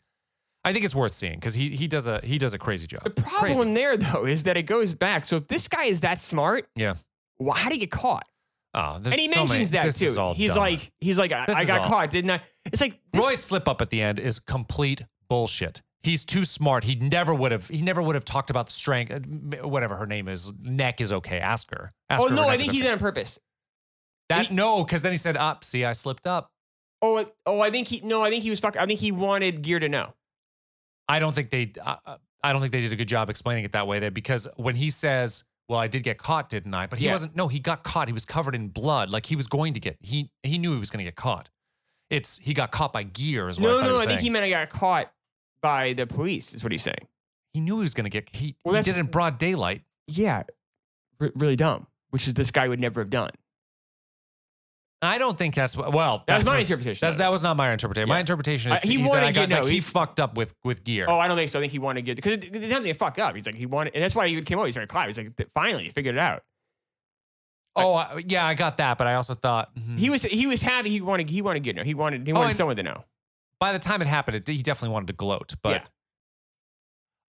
Speaker 1: I think it's worth seeing because he he does a he does a crazy job.
Speaker 2: The problem
Speaker 1: Crazy.
Speaker 2: there though is that it goes back. So if this guy is that smart,
Speaker 1: Yeah.
Speaker 2: Why how did he get caught?
Speaker 1: Oh, there's
Speaker 2: and he
Speaker 1: so
Speaker 2: mentions
Speaker 1: many,
Speaker 2: that
Speaker 1: this
Speaker 2: too.
Speaker 1: Is all
Speaker 2: he's
Speaker 1: dumb.
Speaker 2: like, he's like, I,
Speaker 1: This
Speaker 2: I
Speaker 1: is
Speaker 2: got
Speaker 1: all-
Speaker 2: caught, didn't I? It's like this,
Speaker 1: Roy's slip up at the end is complete bullshit. He's too smart. He never would have. He never would have talked about the strength. uh, m- Whatever her name is, neck is okay. Ask her. Ask
Speaker 2: Oh
Speaker 1: her
Speaker 2: no,
Speaker 1: her
Speaker 2: I
Speaker 1: neck
Speaker 2: think
Speaker 1: is
Speaker 2: he
Speaker 1: okay.
Speaker 2: did it on purpose.
Speaker 1: that.
Speaker 2: he-
Speaker 1: no, because then he said, "Up, see, I slipped up."
Speaker 2: Oh, I- oh, I think he no, I think he was fucking. I think he wanted Gear to know.
Speaker 1: I don't think they. I, I- I don't think they did a good job explaining it that way. There, because when he says, "Well, I did get caught, didn't I?" But he
Speaker 2: Yeah.
Speaker 1: wasn't. No, he got caught. He was covered in blood. Like he was going to get. He he knew he was going to get caught. It's he got caught by gear. Is what
Speaker 2: No,
Speaker 1: I, thought he
Speaker 2: no,
Speaker 1: was
Speaker 2: I think
Speaker 1: saying.
Speaker 2: he meant I got caught by the police. Is what he's saying.
Speaker 1: he knew he was going to get. He,
Speaker 2: Well,
Speaker 1: he
Speaker 2: that's-
Speaker 1: did it in broad daylight.
Speaker 2: Yeah, r- really dumb. Which is this guy would never have done.
Speaker 1: I don't think that's what. Well,
Speaker 2: That was my interpretation.
Speaker 1: That's,
Speaker 2: of
Speaker 1: that was not my interpretation. My
Speaker 2: Yeah.
Speaker 1: interpretation
Speaker 2: Uh,
Speaker 1: is
Speaker 2: he
Speaker 1: he, said
Speaker 2: wanted
Speaker 1: I
Speaker 2: you
Speaker 1: got,
Speaker 2: know,
Speaker 1: like, he,
Speaker 2: he-
Speaker 1: fucked up with with gear.
Speaker 2: it. Oh, I don't think so. I think he wanted to get because it, it doesn't even fuck up. He's like he wanted, and that's why he came over. He started climbing. He's like, "Th- finally, he figured it out.
Speaker 1: oh I, yeah, I got that, but I also thought mhm.
Speaker 2: He was he was happy. He wanted he wanted to get no. He wanted he
Speaker 1: Oh,
Speaker 2: wanted
Speaker 1: and-
Speaker 2: someone to know.
Speaker 1: by the time it happened, it, he definitely wanted to gloat. But
Speaker 2: Yeah.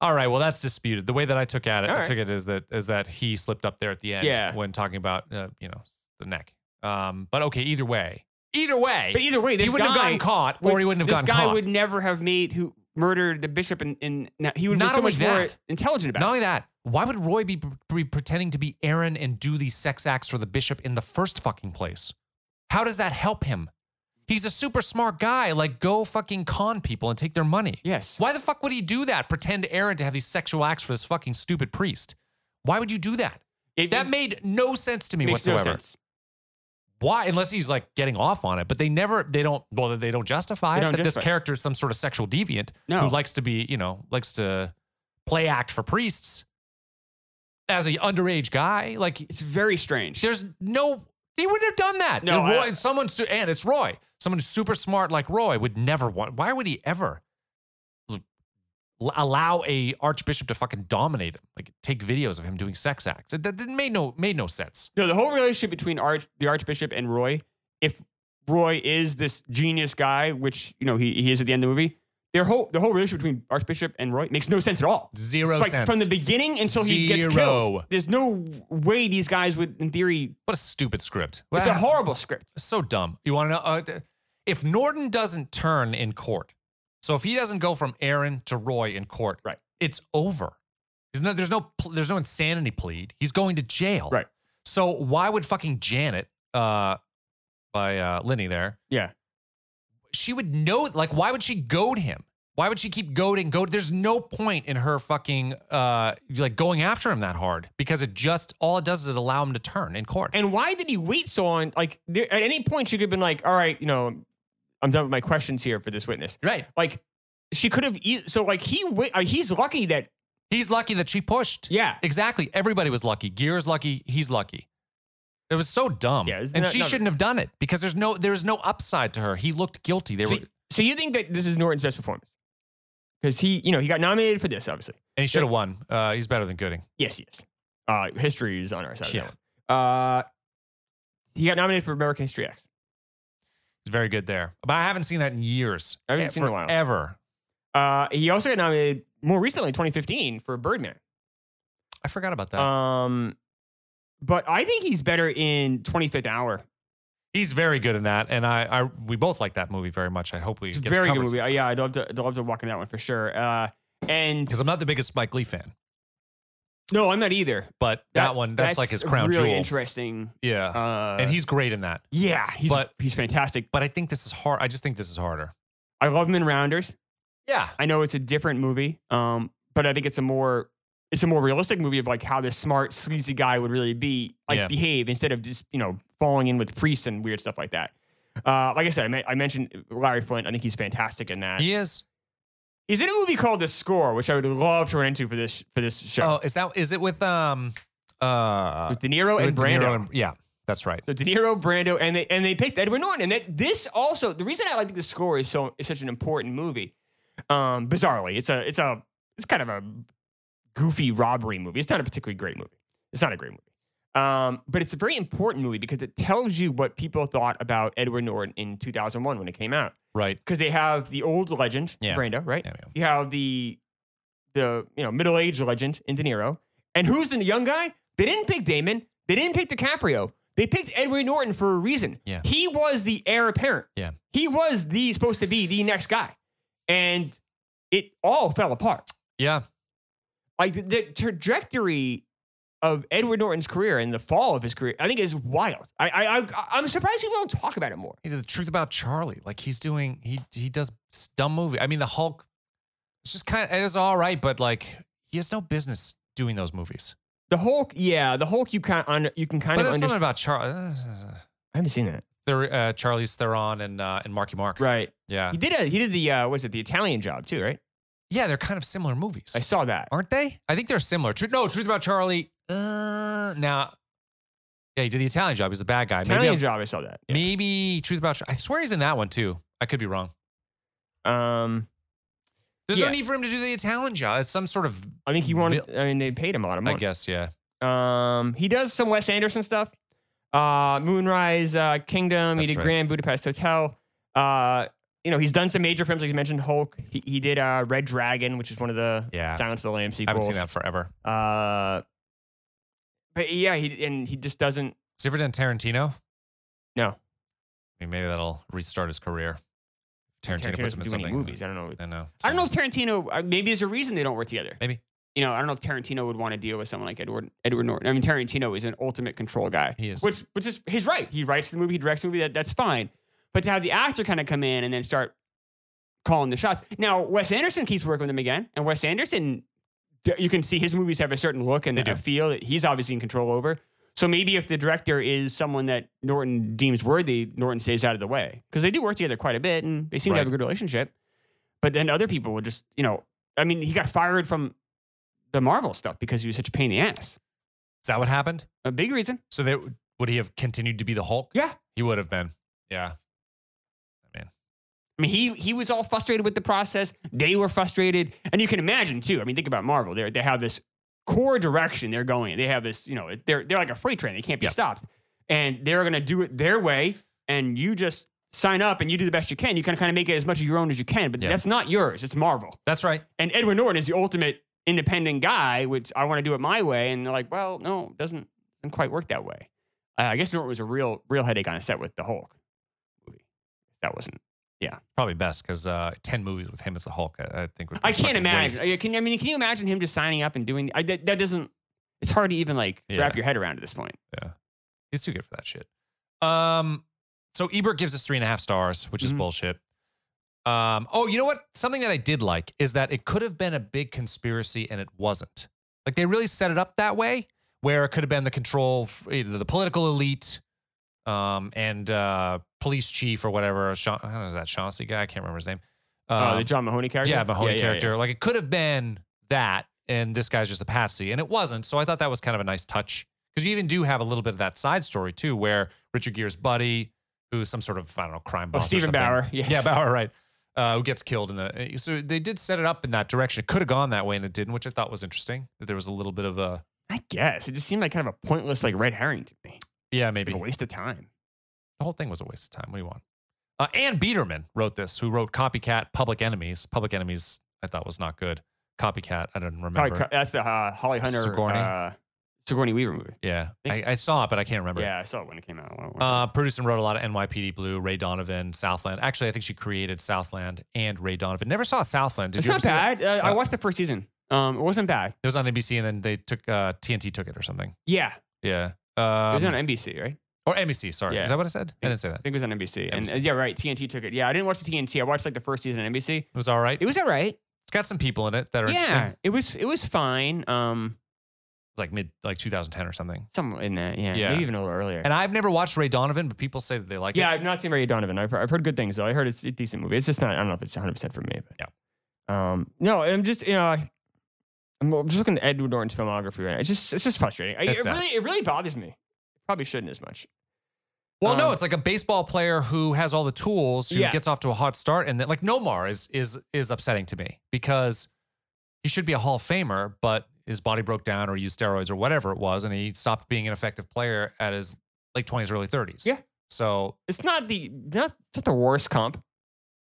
Speaker 1: all right, well that's disputed. The way that I took at it,
Speaker 2: All
Speaker 1: I
Speaker 2: right.
Speaker 1: took it is that is that he slipped up there at the end
Speaker 2: Yeah.
Speaker 1: when talking about uh, you know the neck. Um, but okay, either way, either way,
Speaker 2: But either way, this
Speaker 1: he wouldn't
Speaker 2: guy
Speaker 1: have gotten caught,
Speaker 2: would-
Speaker 1: or he wouldn't have
Speaker 2: this
Speaker 1: gotten
Speaker 2: guy
Speaker 1: caught.
Speaker 2: would never have made who murdered the bishop, and in, in, he would
Speaker 1: Not
Speaker 2: be so
Speaker 1: only
Speaker 2: much more
Speaker 1: that-
Speaker 2: intelligent about.
Speaker 1: Not
Speaker 2: it.
Speaker 1: only that, why would Roy be, be pretending to be Aaron and do these sex acts for the bishop in the first fucking place? How does that help him? He's a super smart guy. Like, go fucking con people and take their money.
Speaker 2: Yes.
Speaker 1: Why the fuck would he do that? Pretend Aaron to have these sexual acts for this fucking stupid priest. Why would you do that?
Speaker 2: It
Speaker 1: That made no sense to me
Speaker 2: makes no
Speaker 1: whatsoever.
Speaker 2: sense.
Speaker 1: Why? Unless he's like getting off on it, but they never, they don't, well, they don't justify it
Speaker 2: They don't
Speaker 1: that
Speaker 2: justify
Speaker 1: this
Speaker 2: it.
Speaker 1: character is some sort of sexual deviant
Speaker 2: No.
Speaker 1: who likes to be, you know, likes to play act for priests as a underage guy. Like,
Speaker 2: it's very strange.
Speaker 1: there's no, he wouldn't have done that.
Speaker 2: No,
Speaker 1: and, Roy,
Speaker 2: I-
Speaker 1: and someone, su- and it's Roy, someone who's super smart like Roy would never want. Why would he ever l- allow a archbishop to fucking dominate him? Like, take videos of him doing sex acts. It, that didn't made no made no sense.
Speaker 2: No, the whole relationship between Arch, the Archbishop and Roy, if Roy is this genius guy, which you know he, he is at the end of the movie, their whole the whole relationship between Archbishop and Roy makes no sense at all.
Speaker 1: Zero
Speaker 2: like
Speaker 1: sense.
Speaker 2: from the beginning until he gets
Speaker 1: Zero.
Speaker 2: killed, there's no way these guys would, in theory.
Speaker 1: what a stupid script.
Speaker 2: It's a horrible script.
Speaker 1: so dumb. You want to know? Uh, th- if Norton doesn't turn in court, So if he doesn't go from Aaron to Roy in court,
Speaker 2: Right.
Speaker 1: it's over. There's no, there's no, pl- there's no insanity plead. He's going to jail.
Speaker 2: Right.
Speaker 1: So why would fucking Janet, uh, by uh, Lenny there,
Speaker 2: Yeah.
Speaker 1: she would know. Like, why would she goad him? Why would she keep goading? Goad. There's no point in her fucking uh, like going after him that hard because it just all it does is allow him to turn in court.
Speaker 2: And why did he wait so long? Like, there, at any point, she could have been like, all right, you know, I'm done with my questions here for this witness.
Speaker 1: right.
Speaker 2: Like, she could have, eas- so like, he wait, uh, he's lucky that,
Speaker 1: He's lucky that she pushed.
Speaker 2: yeah.
Speaker 1: Exactly. Everybody was lucky. Gear's lucky. He's lucky. It was so dumb.
Speaker 2: Yeah, it's
Speaker 1: and
Speaker 2: not-
Speaker 1: she
Speaker 2: not-
Speaker 1: shouldn't have done it because there's no there's no upside to her. He looked guilty. They were
Speaker 2: So, so you think that this is Norton's best performance? Because he, you know, he got nominated for this, obviously.
Speaker 1: and he should have won. Uh, he's better than Gooding.
Speaker 2: Yes, yes. Uh, history is on our side. of that
Speaker 1: Yeah.
Speaker 2: one. Uh, he got nominated for American History X.
Speaker 1: He's very good there. But I haven't seen that in years. Eh,
Speaker 2: I haven't seen it in a while.
Speaker 1: Ever.
Speaker 2: Uh, he also got nominated more recently, 2015, for Birdman.
Speaker 1: I forgot about that.
Speaker 2: Um, but I think he's better in 25th Hour.
Speaker 1: he's very good in that, and I, I we both like that movie very much. I hope we
Speaker 2: It's a
Speaker 1: get to
Speaker 2: very good
Speaker 1: cover
Speaker 2: movie. Uh, yeah, I'd love to, I'd love to walk in that one for sure. Uh, and
Speaker 1: Because I'm not the biggest Spike Lee fan,
Speaker 2: no, I'm not either.
Speaker 1: but that, one that's, like his
Speaker 2: a
Speaker 1: crown
Speaker 2: really
Speaker 1: jewel.
Speaker 2: Interesting.
Speaker 1: yeah,
Speaker 2: Uh,
Speaker 1: and he's great in that.
Speaker 2: yeah, he's
Speaker 1: but-
Speaker 2: he's fantastic.
Speaker 1: But I think this is hard. I just think this is harder.
Speaker 2: I love him in Rounders.
Speaker 1: Yeah,
Speaker 2: I know it's a different movie, um, but I think it's a more it's a more realistic movie of like how this smart sleazy guy would really be like
Speaker 1: Yeah.
Speaker 2: behave instead of just you know falling in with priests and weird stuff like that. Uh, like I said, I, men- I mentioned Larry Flint. I think he's fantastic in that.
Speaker 1: he is.
Speaker 2: He's in a movie called The Score, which I would love to run into for this for this show
Speaker 1: Oh, is that is it with um uh
Speaker 2: with De Niro and
Speaker 1: with De
Speaker 2: Brando.
Speaker 1: Niro and- yeah, that's right.
Speaker 2: so De Niro, Brando, and they and they picked Edward Norton, and that this also the reason I like The Score is so is such an important movie. Um, bizarrely, it's a it's a it's kind of a goofy robbery movie. It's not a particularly great movie. It's not a great movie. Um, but it's a very important movie because it tells you what people thought about Edward Norton in 2001 when it came out.
Speaker 1: Right.
Speaker 2: Because they have the old legend,
Speaker 1: Yeah.
Speaker 2: Brando, right?
Speaker 1: Yeah, yeah.
Speaker 2: You have the the you know middle aged legend in De Niro, and who's the young guy? They didn't pick Damon. They didn't pick DiCaprio. They picked Edward Norton for a reason.
Speaker 1: Yeah.
Speaker 2: He was the heir apparent.
Speaker 1: Yeah.
Speaker 2: He was the supposed to be the next guy, and it all fell apart.
Speaker 1: Yeah.
Speaker 2: Like the, the trajectory of Edward Norton's career and the fall of his career, I think is wild. I I, I I'm surprised people don't talk about it more.
Speaker 1: He did the truth about Charlie. Like he's doing he he does s- dumb movie. I mean the Hulk it's just kind of it was all right, but like he has no business doing those movies.
Speaker 2: The Hulk, yeah, the Hulk. You can un, you can kind
Speaker 1: But
Speaker 2: of
Speaker 1: there's something
Speaker 2: understand.
Speaker 1: about Charlie
Speaker 2: I haven't seen that.
Speaker 1: there uh, Charlie's Theron and uh, and Marky Mark.
Speaker 2: Right.
Speaker 1: Yeah.
Speaker 2: He did a he did the uh was it the Italian job too, right?
Speaker 1: Yeah, they're kind of similar movies.
Speaker 2: I saw that.
Speaker 1: Aren't they? I think they're similar. Truth no, Truth About Charlie. Uh now Yeah, he did the Italian job. He's the bad guy. Maybe I'm-
Speaker 2: Italian job, I saw that. Yeah.
Speaker 1: Maybe Truth About Sh- I swear he's in that one too. I could be wrong.
Speaker 2: Um
Speaker 1: There's
Speaker 2: Yeah.
Speaker 1: no need for him to do the Italian job. It's some sort of,
Speaker 2: I think he wanted I mean they paid him a lot of
Speaker 1: I
Speaker 2: money.
Speaker 1: guess, yeah.
Speaker 2: Um he does some Wes Anderson stuff. Uh Moonrise uh Kingdom, he
Speaker 1: That's
Speaker 2: did
Speaker 1: right.
Speaker 2: Grand Budapest Hotel. Uh you know, he's done some major films like you mentioned Hulk. He, he did uh Red Dragon, which is one of the
Speaker 1: Yeah.
Speaker 2: Silence of the Lambs
Speaker 1: I
Speaker 2: sequels.
Speaker 1: haven't seen that forever.
Speaker 2: Uh but yeah, he and he just doesn't
Speaker 1: Has he ever done Tarantino?
Speaker 2: No.
Speaker 1: I mean, maybe that'll restart his career. Tarantino,
Speaker 2: Tarantino
Speaker 1: puts him
Speaker 2: doesn't
Speaker 1: in
Speaker 2: do any
Speaker 1: something.
Speaker 2: movies. I don't know.
Speaker 1: I know.
Speaker 2: I don't know if Tarantino. uh, Maybe there's a reason they don't work together.
Speaker 1: Maybe.
Speaker 2: You know, I don't know if Tarantino would want to deal with someone like Edward Edward Norton. I mean, Tarantino is an ultimate control guy.
Speaker 1: He is.
Speaker 2: Which which is he's right. He writes the movie, he directs the movie. That that's fine. But to have the actor kind of come in and then start calling the shots. Now Wes Anderson keeps working with him again, and Wes Anderson, d- you can see his movies have a certain look and
Speaker 1: They do.
Speaker 2: a feel that he's obviously in control over. So maybe if the director is someone that Norton deems worthy, Norton stays out of the way because they do work together quite a bit and they seem to have a good relationship. But then other people would just, you know, I mean, he got fired from the Marvel stuff because he was such a pain in the ass.
Speaker 1: Is that what happened?
Speaker 2: A big reason.
Speaker 1: So they, would he have continued to be the Hulk?
Speaker 2: Yeah.
Speaker 1: He would have been. Yeah.
Speaker 2: I mean, he he was all frustrated with the process. They were frustrated, and you can imagine too. I mean, think about Marvel. They they have this core direction they're going. in. They have this, you know, they're they're like a freight train. They can't be
Speaker 1: Yeah.
Speaker 2: stopped, and they're gonna do it their way. And you just sign up and you do the best you can. You can kind of make it as much of your own as you can, but
Speaker 1: Yeah.
Speaker 2: that's not yours. It's Marvel.
Speaker 1: That's right.
Speaker 2: And Edward Norton is the ultimate independent guy, which I want to do it my way. And they're like, well, no, it doesn't doesn't quite work that way. Uh, I guess Norton was a real real headache on set with the Hulk movie. That wasn't Yeah.
Speaker 1: probably best because uh, ten movies with him as the Hulk, I, I think would. Be
Speaker 2: I can't
Speaker 1: fucking
Speaker 2: imagine.
Speaker 1: waste.
Speaker 2: I, can, I mean, can you imagine him just signing up and doing I, that? That doesn't. It's hard to even like
Speaker 1: Yeah.
Speaker 2: wrap your head around at this point.
Speaker 1: He's too good for that shit. Um, so Ebert gives us three and a half stars, which is
Speaker 2: Mhm.
Speaker 1: bullshit. Um, oh, you know what? Something that I did like is that it could have been a big conspiracy and it wasn't. Like they really set it up that way, where it could have been the control, f- either the political elite, um, and uh, police chief or whatever. Sean, I don't know that Shaughnessy guy. I can't remember his name.
Speaker 2: Oh,
Speaker 1: Um,
Speaker 2: the John Mahoney character.
Speaker 1: yeah, Mahoney
Speaker 2: yeah,
Speaker 1: character. Like it could have been that, and this guy's just a patsy, and it wasn't. So I thought that was kind of a nice touch because you even do have a little bit of that side story too, where Richard Gere's buddy, who's some sort of I don't know crime
Speaker 2: Oh,
Speaker 1: boss, or
Speaker 2: Stephen
Speaker 1: something.
Speaker 2: Bauer. Yes.
Speaker 1: Yeah, Bauer, right? Uh, who gets killed in the? So they did set it up in that direction. It could have gone that way, and it didn't, which I thought was interesting. That there was a little bit of a
Speaker 2: I guess it just seemed like kind of a pointless like red herring to me.
Speaker 1: yeah,
Speaker 2: Maybe
Speaker 1: maybe
Speaker 2: a waste of time.
Speaker 1: the whole thing was a waste of time. What do you want? Uh, Ann Biederman wrote this, who wrote Copycat, Public Enemies. Public Enemies, I thought was not good. Copycat, I don't remember.
Speaker 2: Probably cr- that's the uh, Holly Hunter
Speaker 1: Sigourney?
Speaker 2: Uh, Sigourney Weaver movie.
Speaker 1: Yeah, I,
Speaker 2: Think-
Speaker 1: I saw it, but I can't remember.
Speaker 2: Yeah, I saw it when it came out. Well, well,
Speaker 1: Uh, produced and wrote a lot of NYPD Blue, Ray Donovan, Southland. Actually, I think she created Southland and Ray Donovan. Never saw Southland. Did
Speaker 2: it's
Speaker 1: you
Speaker 2: not
Speaker 1: ever see it?
Speaker 2: bad. Uh, I
Speaker 1: Uh,
Speaker 2: watched the first season. Um, it wasn't bad.
Speaker 1: It was on NBC, and then they took uh, TNT took it or something.
Speaker 2: Yeah,
Speaker 1: Yeah,
Speaker 2: it was
Speaker 1: um,
Speaker 2: on NBC, right?
Speaker 1: or NBC. Sorry,
Speaker 2: Yeah.
Speaker 1: is that what I said? I didn't say that.
Speaker 2: I think it was on NBC. And
Speaker 1: NBC.
Speaker 2: uh, yeah, right. TNT took it. Yeah, I didn't watch the TNT. I watched like the first season on NBC.
Speaker 1: It was all right.
Speaker 2: It was all right.
Speaker 1: It's got some people in it that are
Speaker 2: Yeah,
Speaker 1: interesting.
Speaker 2: it was it was fine. Um,
Speaker 1: It's like mid like 2010 or something.
Speaker 2: some in that. Yeah,
Speaker 1: Yeah.
Speaker 2: maybe even a little earlier.
Speaker 1: And I've never watched Ray Donovan, but people say that they like
Speaker 2: yeah,
Speaker 1: it.
Speaker 2: I've not seen Ray Donovan. I've heard, I've heard good things though. I heard it's a decent movie. It's just not. I don't know if it's 100 percent for me. But yeah. Um, no, I'm just you know. I, I'm I'm just looking at Edward Norton's filmography right now. It's just it's just frustrating. I,
Speaker 1: That's
Speaker 2: it
Speaker 1: sad.
Speaker 2: really it really bothers me. Probably shouldn't as much.
Speaker 1: Well, no,
Speaker 2: Um,
Speaker 1: it's like a baseball player who has all the tools, who
Speaker 2: Yeah.
Speaker 1: gets off to a hot start, and then like Nomar is is is upsetting to me because he should be a Hall of Famer, but his body broke down or used steroids or whatever it was, and he stopped being an effective player at his late twenties, early thirties.
Speaker 2: Yeah.
Speaker 1: So
Speaker 2: It's not the not, it's not the worst comp.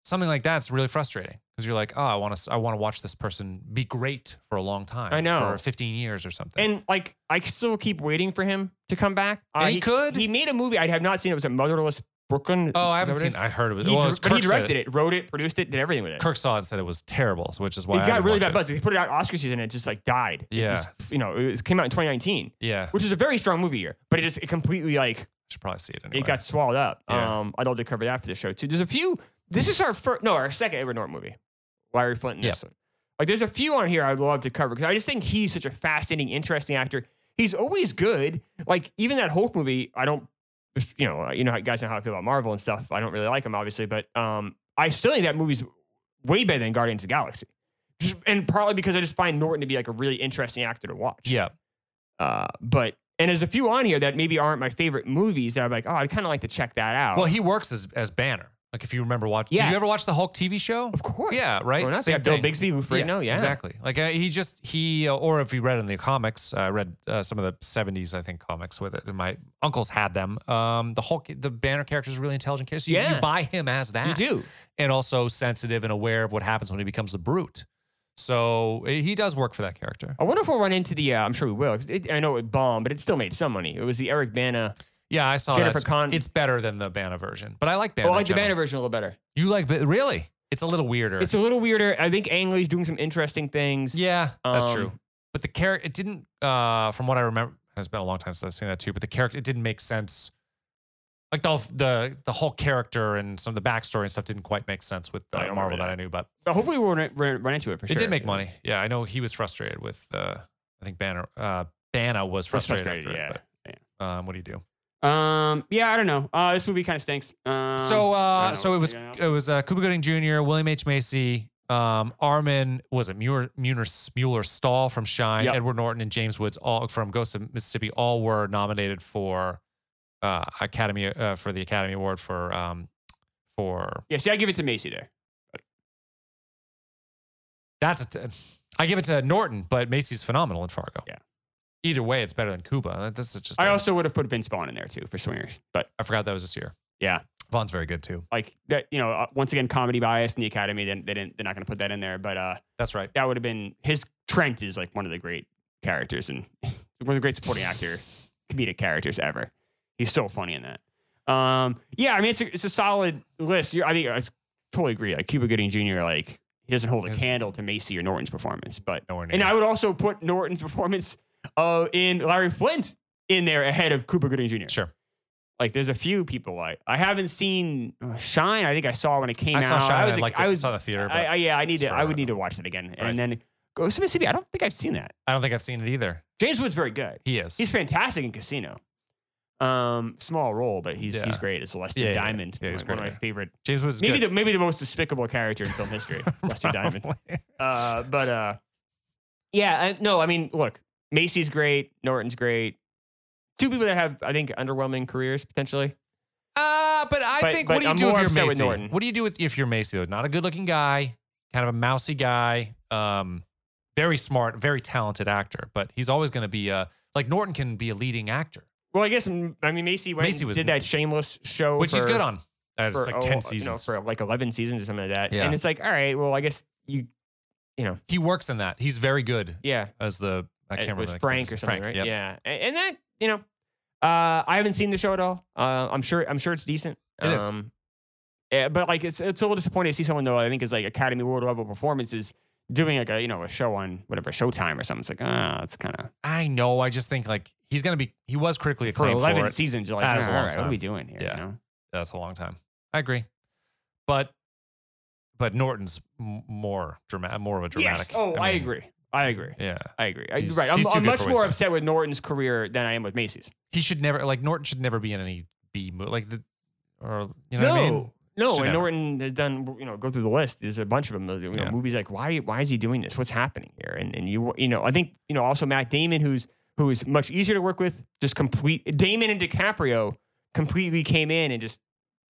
Speaker 1: something like that's really frustrating because you're like, oh, I want to I want to watch this person be great for a long time.
Speaker 2: I know.
Speaker 1: for 15 years or something.
Speaker 2: And like I still keep waiting for him to come back.
Speaker 1: And he could.
Speaker 2: He made a movie I have not seen. It was a Motherless Brooklyn.
Speaker 1: oh, I
Speaker 2: Is that
Speaker 1: haven't
Speaker 2: what it
Speaker 1: seen.
Speaker 2: is?
Speaker 1: I heard it was.
Speaker 2: He,
Speaker 1: well,
Speaker 2: dir-
Speaker 1: it was
Speaker 2: but he
Speaker 1: Kirk said
Speaker 2: directed it. wrote it, produced it, did everything with it.
Speaker 1: Kirk saw it and said it was terrible, so- which is why
Speaker 2: it
Speaker 1: I
Speaker 2: got
Speaker 1: didn't
Speaker 2: really
Speaker 1: watch
Speaker 2: bad
Speaker 1: it.
Speaker 2: buzz. He put it out Oscar season and it just like died. It
Speaker 1: Yeah.
Speaker 2: just, you know, it was- came out in 2019,
Speaker 1: Yeah,
Speaker 2: which is a very strong movie year, but it just it completely like
Speaker 1: should probably see it anyway.
Speaker 2: it got swallowed up.
Speaker 1: Yeah.
Speaker 2: Um, I'd love to cover that for the show too. There's a few. This is our first, no, our second Edward Norton movie. Larry Flint. and This one. Like, there's a few on here I'd love to cover because I just think he's such a fascinating, interesting actor. He's always good. Like even that Hulk movie, I don't, if- you know, you know, how you guys know how I feel about Marvel and stuff. I don't really like him, obviously, but um, I still think that movie's way better than Guardians of the Galaxy, Just- and partly because I just find Norton to be like a really interesting actor to watch.
Speaker 1: yeah.
Speaker 2: Uh, but and there's a few on here that maybe aren't my favorite movies that I'm like, oh, I'd kind of like to check that out.
Speaker 1: Well, he works as as Banner. Like if you remember watching,
Speaker 2: Oh. Yeah.
Speaker 1: did you ever watch the Hulk TV show?
Speaker 2: of course,
Speaker 1: Yeah, right?
Speaker 2: Growing up,
Speaker 1: Same
Speaker 2: yeah, Bill
Speaker 1: thing.
Speaker 2: Bixby, Lou Ferrigno, yeah,
Speaker 1: exactly. Like uh, he just he, uh, or if you read in the comics, I read uh, some of the '70s, I think, comics with it. And my uncles had them. Um, the Hulk, the Banner character is a really intelligent kid. So you, you
Speaker 2: Yeah.
Speaker 1: buy him as that.
Speaker 2: You do.
Speaker 1: and also sensitive and aware of what happens when he becomes the brute. So uh, he does work for that character.
Speaker 2: I wonder if we'll run into the. Uh, I'm sure we will. 'cause It, I know it bombed, but it still made some money. It was the Eric Bana.
Speaker 1: Yeah, I saw
Speaker 2: Jennifer
Speaker 1: that.
Speaker 2: Con-
Speaker 1: It's better than the Banner version, but I like Banner.
Speaker 2: Oh, I
Speaker 1: in
Speaker 2: like the
Speaker 1: general.
Speaker 2: Bana version a little better.
Speaker 1: You like Vi- really? It's a little weirder.
Speaker 2: It's a little weirder. I think Ang Lee's doing some interesting things.
Speaker 1: Yeah, that's true.
Speaker 2: Um,
Speaker 1: But the character, it didn't, uh, from what I remember, it's been a long time since I've seen that too. But the character, it didn't make sense. Like the the the whole character and some of the backstory and stuff didn't quite make sense with
Speaker 2: I
Speaker 1: uh,
Speaker 2: don't
Speaker 1: Marvel
Speaker 2: remember
Speaker 1: that I knew, but
Speaker 2: But hopefully we'll run, run, run into it for sure.
Speaker 1: it did make money. Yeah, I know he was frustrated with. Uh, I think Banner uh, Banna was
Speaker 2: It's
Speaker 1: frustrated. after
Speaker 2: yeah.
Speaker 1: It, but, um, what do you do?
Speaker 2: yeah. Um. Yeah. I don't know. Uh. This movie kind of stinks. Um,
Speaker 1: so
Speaker 2: I
Speaker 1: uh,
Speaker 2: don't
Speaker 1: so
Speaker 2: know.
Speaker 1: it was
Speaker 2: Yeah.
Speaker 1: it was uh, Cuba Gooding Jr., William H Macy, um, Armin was it Muir, Mueller Mueller Stahl from Shine,
Speaker 2: Yep.
Speaker 1: Edward Norton and James Woods all from Ghost of Mississippi all were nominated for uh, Academy uh, for the Academy Award for um, for
Speaker 2: Yeah. See, I give it to Macy there.
Speaker 1: that's a t- I give it to Norton, but Macy's phenomenal in Fargo.
Speaker 2: Yeah.
Speaker 1: Either way, it's better than Cuba. This is just
Speaker 2: I
Speaker 1: a-
Speaker 2: also would have put Vince Vaughn in there too for Swingers, but
Speaker 1: I forgot that was this year.
Speaker 2: Yeah.
Speaker 1: Vaughn's very good too.
Speaker 2: like that, you know, uh, once again, comedy bias in the Academy. Then they didn't. They're not going to put that in there. But uh,
Speaker 1: That's right.
Speaker 2: that would have been his. Trent is like one of the great characters and one of the great supporting actor, comedic characters ever. He's so funny in that. Um, yeah, I mean, it's a, it's a solid list. You're, I think uh, totally agree. Like Cuba Gooding Jr. Like he doesn't hold a
Speaker 1: Yes.
Speaker 2: candle to Macy or Norton's performance, but
Speaker 1: Nowhere
Speaker 2: and
Speaker 1: near.
Speaker 2: I would also put Norton's performance uh, in Larry Flint in there ahead of Cuba Gooding Jr.
Speaker 1: Sure.
Speaker 2: Like there's a few people I I haven't seen uh, Shine. I think I saw when it came
Speaker 1: I
Speaker 2: out.
Speaker 1: saw Shine. I,
Speaker 2: was
Speaker 1: liked
Speaker 2: I
Speaker 1: it.
Speaker 2: was
Speaker 1: saw the theater, but
Speaker 2: I,
Speaker 1: I,
Speaker 2: I, yeah, I need
Speaker 1: it's
Speaker 2: to. I
Speaker 1: forever
Speaker 2: would need
Speaker 1: ago.
Speaker 2: to watch it again.
Speaker 1: Right.
Speaker 2: And then Ghost of Mississippi. I don't think I've seen that.
Speaker 1: don't think I've seen it either.
Speaker 2: James Wood's very good.
Speaker 1: He is.
Speaker 2: He's fantastic in Casino. Um, small role, but he's
Speaker 1: Yeah.
Speaker 2: he's great as Lester
Speaker 1: Yeah, yeah, yeah.
Speaker 2: Diamond.
Speaker 1: Yeah,
Speaker 2: one
Speaker 1: he's
Speaker 2: of my
Speaker 1: great.
Speaker 2: favorite.
Speaker 1: James Woods. is
Speaker 2: maybe
Speaker 1: good.
Speaker 2: the maybe the most despicable character in film history, Lester Diamond.
Speaker 1: Probably.
Speaker 2: Uh, but uh, yeah, I, no, I mean, look, Macy's great, Norton's great. Two people that have, I think, underwhelming careers potentially.
Speaker 1: Uh, but I
Speaker 2: But-
Speaker 1: think
Speaker 2: but
Speaker 1: what do you
Speaker 2: I'm
Speaker 1: do if
Speaker 2: more
Speaker 1: you're
Speaker 2: upset
Speaker 1: Macy?
Speaker 2: with Norton.
Speaker 1: What do you do with if you're Macy though? Not a good-looking guy, kind of a mousy guy. Um, very smart, very talented actor, but he's always going to be uh like Norton can be a leading actor,
Speaker 2: Well, I guess mm, I mean Macy went
Speaker 1: Macy
Speaker 2: and
Speaker 1: was-
Speaker 2: did that Shameless show,
Speaker 1: which he's
Speaker 2: Oh, for-
Speaker 1: good on. Uh, it's
Speaker 2: for,
Speaker 1: like
Speaker 2: oh,
Speaker 1: ten
Speaker 2: you know,
Speaker 1: seasons.
Speaker 2: for like eleven seasons or something like that.
Speaker 1: Yeah.
Speaker 2: And it's like, all right, well, I guess you, you know,
Speaker 1: he works in that. He's very good
Speaker 2: yeah,
Speaker 1: as the I can't
Speaker 2: it
Speaker 1: remember
Speaker 2: was
Speaker 1: the
Speaker 2: Frank or
Speaker 1: character's-
Speaker 2: something, right?
Speaker 1: yep.
Speaker 2: Yeah, A- and that you know, uh, I haven't seen the show at all. Uh, I'm sure I'm sure it's decent.
Speaker 1: It is.
Speaker 2: yeah, but like it's it's a little disappointing to see someone though. I think is like Academy Award level performances doing like a you know a show on whatever Showtime or something. It's like ah, it's kind of
Speaker 1: I know. I just think like he's going to be. He was critically
Speaker 2: for
Speaker 1: acclaimed for,
Speaker 2: eleven
Speaker 1: it.
Speaker 2: seasons. You're like,
Speaker 1: That is a
Speaker 2: all
Speaker 1: long
Speaker 2: right, what are
Speaker 1: time.
Speaker 2: we doing here?
Speaker 1: Yeah.
Speaker 2: You know?
Speaker 1: That's a long time. I agree, but but Norton's m- more dramatic, more of a dramatic.
Speaker 2: Yes. Oh, I
Speaker 1: mean,
Speaker 2: agree. I agree.
Speaker 1: Yeah.
Speaker 2: I agree. I,
Speaker 1: He's-
Speaker 2: right. I'm,
Speaker 1: he's too
Speaker 2: I'm
Speaker 1: good
Speaker 2: much
Speaker 1: for
Speaker 2: more
Speaker 1: Winston.
Speaker 2: upset with Norton's career than I am with Macy's.
Speaker 1: he should never like Norton should never be in any B movie like the or you know what I mean? Should
Speaker 2: no. And
Speaker 1: never.
Speaker 2: Norton has done, you know, go through the list. There's a bunch of them. You know,
Speaker 1: Yeah.
Speaker 2: Movies like why why is he doing this? What's happening here? And and you you know I think you know also Matt Damon who's who is much easier to work with. Just complete Damon and DiCaprio completely came in and just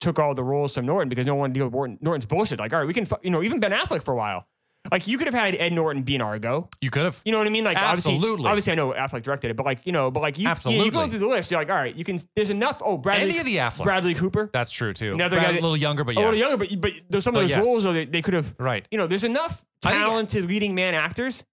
Speaker 2: took all the roles from Norton because no one deal with Norton, Norton's bullshit. Like all right, we can fu- you know even Ben Affleck for a while. Like you could have had Ed Norton be an Argo.
Speaker 1: You could have.
Speaker 2: You know what I mean? Like
Speaker 1: Absolutely.
Speaker 2: Obviously, obviously I know Affleck directed it, but like you know, but like you, you, you go
Speaker 1: Absolutely.
Speaker 2: through the list, you're like, all right, you can. There's enough. Oh,
Speaker 1: Any
Speaker 2: Bradley,
Speaker 1: of the Affleck.
Speaker 2: Bradley Cooper,
Speaker 1: That's true too.
Speaker 2: Another
Speaker 1: Brad-
Speaker 2: guy
Speaker 1: a
Speaker 2: that- Oh,
Speaker 1: little younger, but
Speaker 2: a
Speaker 1: yeah,
Speaker 2: little younger, but but there's some of
Speaker 1: But
Speaker 2: those
Speaker 1: yes.
Speaker 2: roles though, they, they could have.
Speaker 1: right.
Speaker 2: You know, there's enough
Speaker 1: I think-
Speaker 2: talented leading man actors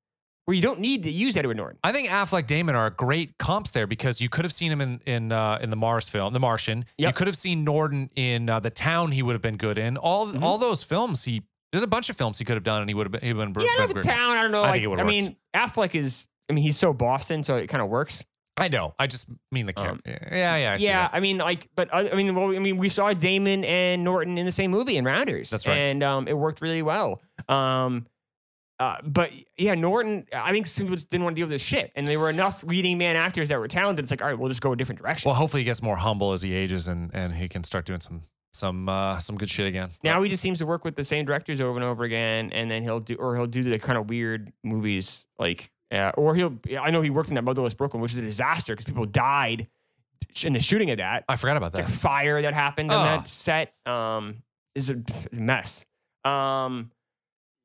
Speaker 2: where you don't need to use Edward Norton.
Speaker 1: I think Affleck Damon are great comps there because you could have seen him in in uh, in the Mars film, The Martian. You
Speaker 2: Yep.
Speaker 1: could have seen Norton in uh, The Town. He would have been good in all
Speaker 2: Mhm.
Speaker 1: all those films. He there's a bunch of films he could have done, and he would have been. He would have been
Speaker 2: Yeah, I don't know
Speaker 1: been
Speaker 2: the
Speaker 1: great.
Speaker 2: town. I don't know.
Speaker 1: I
Speaker 2: Like,
Speaker 1: think it would've
Speaker 2: I mean, Affleck is. I mean, he's so Boston, so it kind of works.
Speaker 1: I know. I just mean the
Speaker 2: Um,
Speaker 1: character. yeah, yeah. I see
Speaker 2: yeah,
Speaker 1: that.
Speaker 2: I mean, like, but uh, I mean, well, I mean, we saw Damon and Norton in the same movie in Rounders.
Speaker 1: That's right.
Speaker 2: and um, it worked really well. Um, uh, but yeah, Norton, I think some people just didn't want to deal with this shit, and there were enough leading man actors that were talented. It's like, all right, we'll just go a different direction.
Speaker 1: Well, hopefully he gets more humble as he ages, and and he can start doing some some uh, some good shit again.
Speaker 2: now he just seems to work with the same directors over and over again, and then he'll do or he'll do the kind of weird movies like, uh, or he'll. I know he worked in that Motherless Brooklyn, which is a disaster because people died in the shooting of that.
Speaker 1: I forgot about
Speaker 2: the
Speaker 1: that.
Speaker 2: fire that happened on
Speaker 1: Oh.
Speaker 2: that set um, is a is a mess. Um,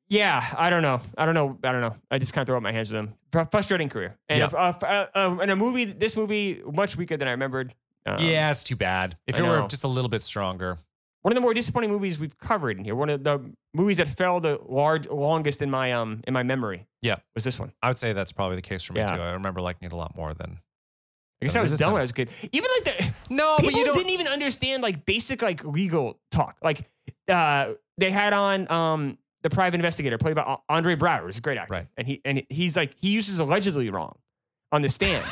Speaker 2: yeah, I don't know. I don't know. I don't know. I just kind of throw up my hands with him. Fr- Frustrating career. And,
Speaker 1: Yeah.
Speaker 2: if- uh, f- uh, uh, and a movie, this movie, much weaker than I remembered. Um,
Speaker 1: yeah, it's too bad. If
Speaker 2: I
Speaker 1: it were
Speaker 2: know.
Speaker 1: just a little bit stronger,
Speaker 2: One of the more disappointing movies we've covered in here. One of the movies that fell the large longest in my um in my memory.
Speaker 1: Yeah.
Speaker 2: Was this one.
Speaker 1: I would say that's probably the case for me
Speaker 2: Yeah.
Speaker 1: too. I remember liking it a lot more than
Speaker 2: I guess
Speaker 1: Yeah,
Speaker 2: I was
Speaker 1: this
Speaker 2: done
Speaker 1: time.
Speaker 2: when I was good. Even like the
Speaker 1: no, Oh,
Speaker 2: people
Speaker 1: but you don't.
Speaker 2: didn't even understand like basic like legal talk. Like uh, they had on um, the private investigator played by A- Andre Brower, who's a great actor,
Speaker 1: Right.
Speaker 2: and he and he's like he uses allegedly wrong on the stand,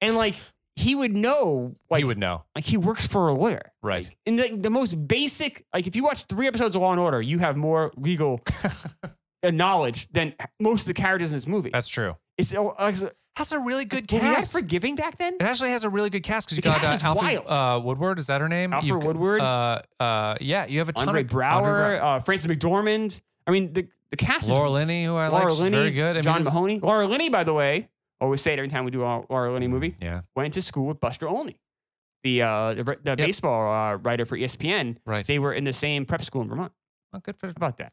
Speaker 2: and like he would know like
Speaker 1: you would know,
Speaker 2: like he works for a lawyer.
Speaker 1: right?
Speaker 2: And like the most basic, like if you watch three episodes of Law and Order, you have more legal uh, knowledge than most of the characters in this movie.
Speaker 1: That's true.
Speaker 2: it's uh, like, were
Speaker 1: Has a really good
Speaker 2: we that
Speaker 1: cast. It
Speaker 2: forgiving back then?
Speaker 1: actually has a really good cast because you
Speaker 2: The
Speaker 1: got
Speaker 2: cast
Speaker 1: uh,
Speaker 2: is
Speaker 1: Alfred uh,
Speaker 2: wild.
Speaker 1: Woodward. Is that her name?
Speaker 2: Alfred
Speaker 1: You've got-
Speaker 2: Woodward.
Speaker 1: Uh, uh, yeah, you have a ton
Speaker 2: Andre
Speaker 1: of
Speaker 2: Brower, uh, Francis McDormand. I mean, the, the cast
Speaker 1: Laura
Speaker 2: is
Speaker 1: Linney, who I
Speaker 2: Laura
Speaker 1: like, she's
Speaker 2: Linney,
Speaker 1: very good. I mean,
Speaker 2: John
Speaker 1: it's-
Speaker 2: Mahoney. Laura Linney, by the way, always say it every time we do a Laura Linney movie,
Speaker 1: Yeah,
Speaker 2: went to school with Buster Olney, the, uh, the, the baseball uh, writer for ESPN.
Speaker 1: right.
Speaker 2: They were in the same prep school in Vermont.
Speaker 1: Well, good for
Speaker 2: How about that?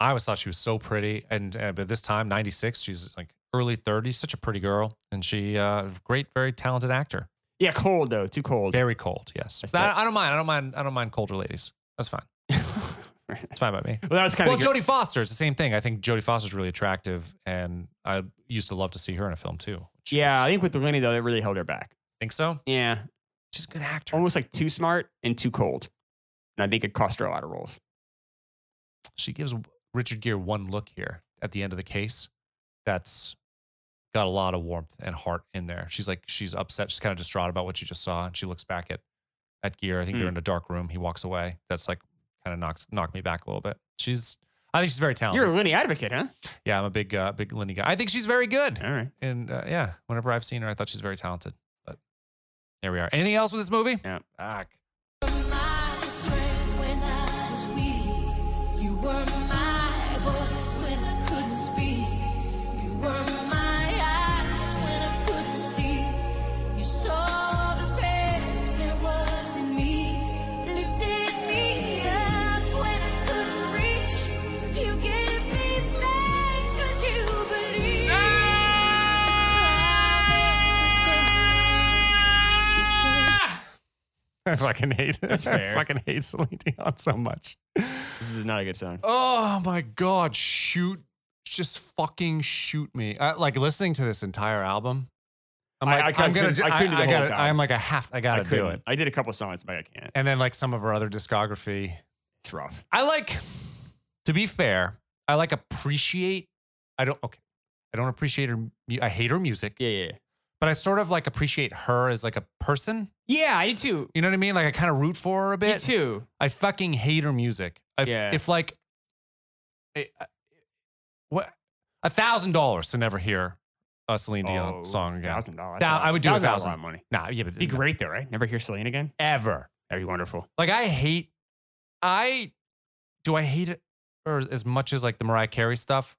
Speaker 1: I always thought she was so pretty, and uh, but this time, ninety six, she's like early thirties, such a pretty girl, and she uh, great, very talented actor.
Speaker 2: Yeah, cold though, too cold.
Speaker 1: Very cold, yes.
Speaker 2: That's
Speaker 1: But
Speaker 2: that-
Speaker 1: I, I don't mind. I don't mind. I don't mind colder ladies. That's fine.
Speaker 2: well,
Speaker 1: That's fine by me.
Speaker 2: that was kind
Speaker 1: Well,
Speaker 2: of
Speaker 1: Jodie Foster, it's the same thing. I think Jodie Foster's really attractive, and I used to love to see her in a film too. which
Speaker 2: Yeah,
Speaker 1: is-
Speaker 2: I think with the Linney though, that really held her back.
Speaker 1: think so.
Speaker 2: Yeah,
Speaker 1: She's a good actor.
Speaker 2: almost like too smart and too cold, and I think it cost her a lot of roles.
Speaker 1: she gives Richard Gere one look here at the end of the case. That's got a lot of warmth and heart in there. She's like, she's upset. She's kind of distraught about what she just saw. And she looks back at, at Gear. I think they're
Speaker 2: Mm.
Speaker 1: in a dark room. He walks away. That's like kind of knocks, knocked me back a little bit. She's, I think she's very talented.
Speaker 2: You're a Lenny advocate, huh?
Speaker 1: yeah, I'm a big, uh, big Lenny guy. I think she's very good.
Speaker 2: All right.
Speaker 1: And uh, yeah, whenever I've seen her, I thought she's very talented. But there we are. Anything else with this movie?
Speaker 2: Yeah.
Speaker 1: Fuck.
Speaker 3: my strength when I was weak. You were my voice when I couldn't speak. You were my eyes when I couldn't see. You saw the best there was in me. Lifted me up when I couldn't reach. You gave me faith 'cause you believed.
Speaker 1: I fucking hate it.
Speaker 2: That's
Speaker 1: I
Speaker 2: fair.
Speaker 1: fucking hate Celine Dion so much.
Speaker 2: This is not a good song.
Speaker 1: Oh my god, shoot. Just fucking shoot me. I, like listening to this entire album. I'm
Speaker 2: I-
Speaker 1: like,
Speaker 2: I- I
Speaker 1: I, am gonna
Speaker 2: couldn't-
Speaker 1: do,
Speaker 2: I
Speaker 1: I
Speaker 2: couldn't do
Speaker 1: I,
Speaker 2: the whole
Speaker 1: gotta,
Speaker 2: time.
Speaker 1: I'm like, I have, I gotta do
Speaker 2: couldn't.
Speaker 1: it.
Speaker 2: I did a couple songs, but I can't.
Speaker 1: And then like some of her other discography.
Speaker 2: It's rough.
Speaker 1: I like, to be fair, I like appreciate, I don't, okay. I don't appreciate her. mu- I hate her music,
Speaker 2: Yeah, yeah,
Speaker 1: but I sort of like appreciate her as like a person.
Speaker 2: yeah. Yeah, I do too.
Speaker 1: You know what I mean? Like I kind of root for her a
Speaker 2: Me
Speaker 1: bit.
Speaker 2: too.
Speaker 1: I fucking hate her music. I,
Speaker 2: Yeah.
Speaker 1: If like, I- I- what a thousand dollars to never hear a Celine Dion song again.
Speaker 2: Thousand dollars.
Speaker 1: Thou- I would do a
Speaker 2: That's
Speaker 1: thousand.
Speaker 2: lot of money.
Speaker 1: Nah, yeah, but
Speaker 2: Oh, Be great though, right? Never hear Celine again.
Speaker 1: ever.
Speaker 2: That'd be wonderful.
Speaker 1: Like I hate, I do I hate it or as much as like the Mariah Carey stuff.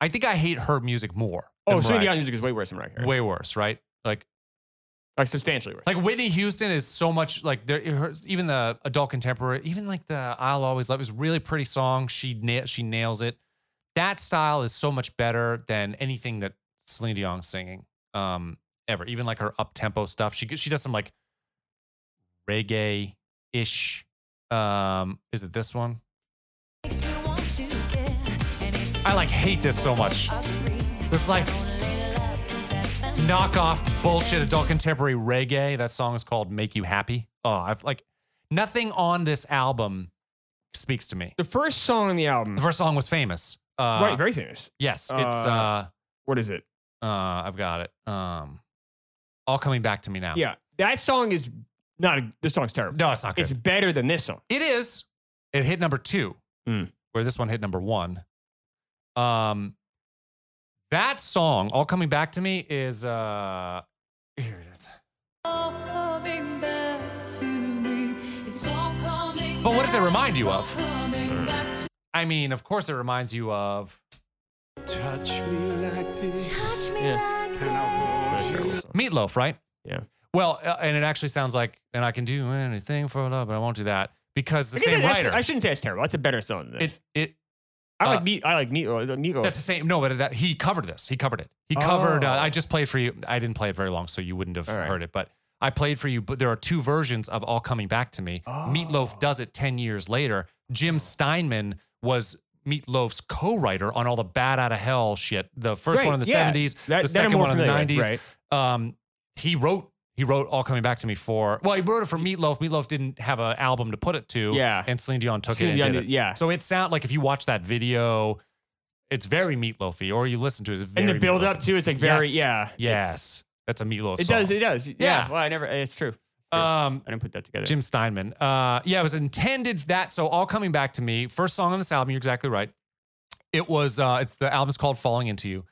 Speaker 1: I think I hate her music more. than
Speaker 2: Oh, Celine
Speaker 1: Mariah-
Speaker 2: Dion music is way worse than Mariah Carey.
Speaker 1: way worse, right? Like
Speaker 2: like substantially worse.
Speaker 1: like Whitney Houston is so much like there. Her, even the adult contemporary, even like the "I'll Always Love" is really pretty song. She na- she nails it. That style is so much better than anything that Celine Dion's singing um, ever. Even like her up tempo stuff. She g- she does some like reggae ish. Um, is it this one?
Speaker 3: Makes me want to care, and if
Speaker 1: I like hate this so much. This like s- knockoff bullshit adult contemporary reggae. That song is called "Make You Happy." Oh, I've like nothing on this album speaks to me.
Speaker 2: the first song on the album,
Speaker 1: The first song was famous. Uh,
Speaker 2: right? Very famous.
Speaker 1: Yes, it's uh,
Speaker 2: Uh, What is it?
Speaker 1: uh, I've got it. Um, all coming back to me now.
Speaker 2: Yeah, that song is not. A, this song's terrible.
Speaker 1: no, it's not good.
Speaker 2: it's better than this song.
Speaker 1: It is. It hit number two,
Speaker 2: Mm.
Speaker 1: where this one hit number one. Um, that song, all coming back to me, is uh, here it is.
Speaker 3: But
Speaker 1: But what does it remind you of? I mean, of course, it reminds you of
Speaker 4: Touch me like this.
Speaker 1: Hmm. Meatloaf, right?
Speaker 2: Yeah.
Speaker 1: Well, uh, and it actually sounds like, and I can do anything for love, but I won't do that because the
Speaker 2: I guess
Speaker 1: same
Speaker 2: that's-
Speaker 1: writer.
Speaker 2: I shouldn't say it's terrible. That's a better song than this.
Speaker 1: it, it,
Speaker 2: I
Speaker 1: uh,
Speaker 2: like meat. I like meat. Meatloaf.
Speaker 1: that's the same. No, but that he covered this. He covered it. He covered. Uh,
Speaker 2: Oh.
Speaker 1: I just played for you. I didn't play it very long, so you wouldn't have
Speaker 2: All right.
Speaker 1: heard it. But I played for you. But there are two versions of "All Coming Back to
Speaker 2: Oh.
Speaker 1: Me." Meatloaf does it ten years later. Jim Steinman was Meatloaf's co-writer on all the "Bad Out of Hell" shit. The first
Speaker 2: Right,
Speaker 1: one in the
Speaker 2: yeah.
Speaker 1: seventies,
Speaker 2: That-
Speaker 1: the
Speaker 2: that I'm
Speaker 1: second
Speaker 2: more
Speaker 1: one in the
Speaker 2: familiar
Speaker 1: nineties.
Speaker 2: with, right.
Speaker 1: um, he wrote he wrote all coming back to me for well he wrote it for Meatloaf. Meatloaf didn't have an album to put it to.
Speaker 2: Yeah.
Speaker 1: and Celine Dion took
Speaker 2: Celine
Speaker 1: it.
Speaker 2: Dion
Speaker 1: And did
Speaker 2: did-
Speaker 1: it.
Speaker 2: yeah.
Speaker 1: so it sound like if you watch that video, it's very Meatloafy, or you listen to it. It's very
Speaker 2: and the build up
Speaker 1: Meatloaf-y.
Speaker 2: too. It's like very
Speaker 1: Yes.
Speaker 2: yeah. It's-
Speaker 1: Yes, that's a Meatloaf.
Speaker 2: It
Speaker 1: song.
Speaker 2: does. It does. Yeah.
Speaker 1: Yeah.
Speaker 2: Well, I never. It's true.
Speaker 1: Um,
Speaker 2: I didn't put that together.
Speaker 1: Jim Steinman. Uh, yeah, it was intended that. So all coming back to me. First song on this album. You're exactly right. It was. Uh, it's the album's called "Falling Into You."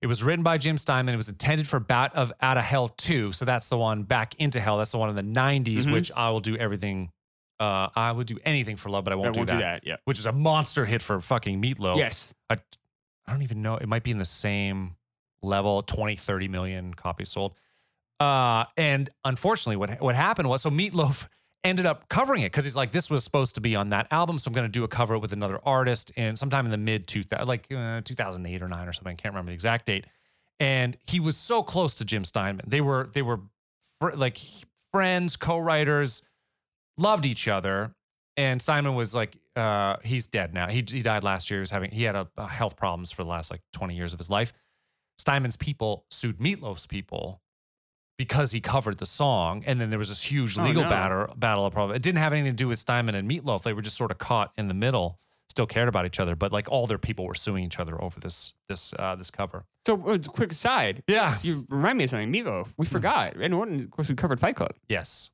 Speaker 1: It was written by Jim Steinman. It was intended for "Bat of Out of Hell 2." So that's the one "Back into Hell." That's the one in the '90s,
Speaker 2: Mhm.
Speaker 1: which I will do everything. Uh, I would do anything for love, but I
Speaker 2: I
Speaker 1: won't, do,
Speaker 2: won't
Speaker 1: that,
Speaker 2: Yeah.
Speaker 1: Which is a monster hit for fucking Meatloaf.
Speaker 2: Yes.
Speaker 1: I, I don't even know. It might be in the same level 20, 30 million copies sold. Uh, and unfortunately, what, what happened was so Meatloaf ended up covering it because he's like, this was supposed to be on that album. So I'm going to do a cover with another artist. And sometime in the mid 2000, like uh, 2008 or nine or something, I can't remember the exact date. And he was so close to Jim Steinman. They were, they were fr- like friends, co writers, loved each other and Simon was like, uh, he's dead now. He, he died last year. He was having he had a, a health problems for the last like 20 years of his life. Steinman's people sued Meatloaf's people because he covered the song, and then there was this huge
Speaker 2: Oh,
Speaker 1: legal
Speaker 2: no.
Speaker 1: battle battle of problem. It didn't have anything to do with Steinman and Meatloaf. They were just sort of caught in the middle. still cared about each other, but like all their people were suing each other over this this uh, this cover.
Speaker 2: So, uh, quick aside,
Speaker 1: Yeah.
Speaker 2: you remind me of something, Milo.
Speaker 1: Hmm.
Speaker 2: We forgot. Ed Norton, of course, we covered Fight Club,
Speaker 1: Yes,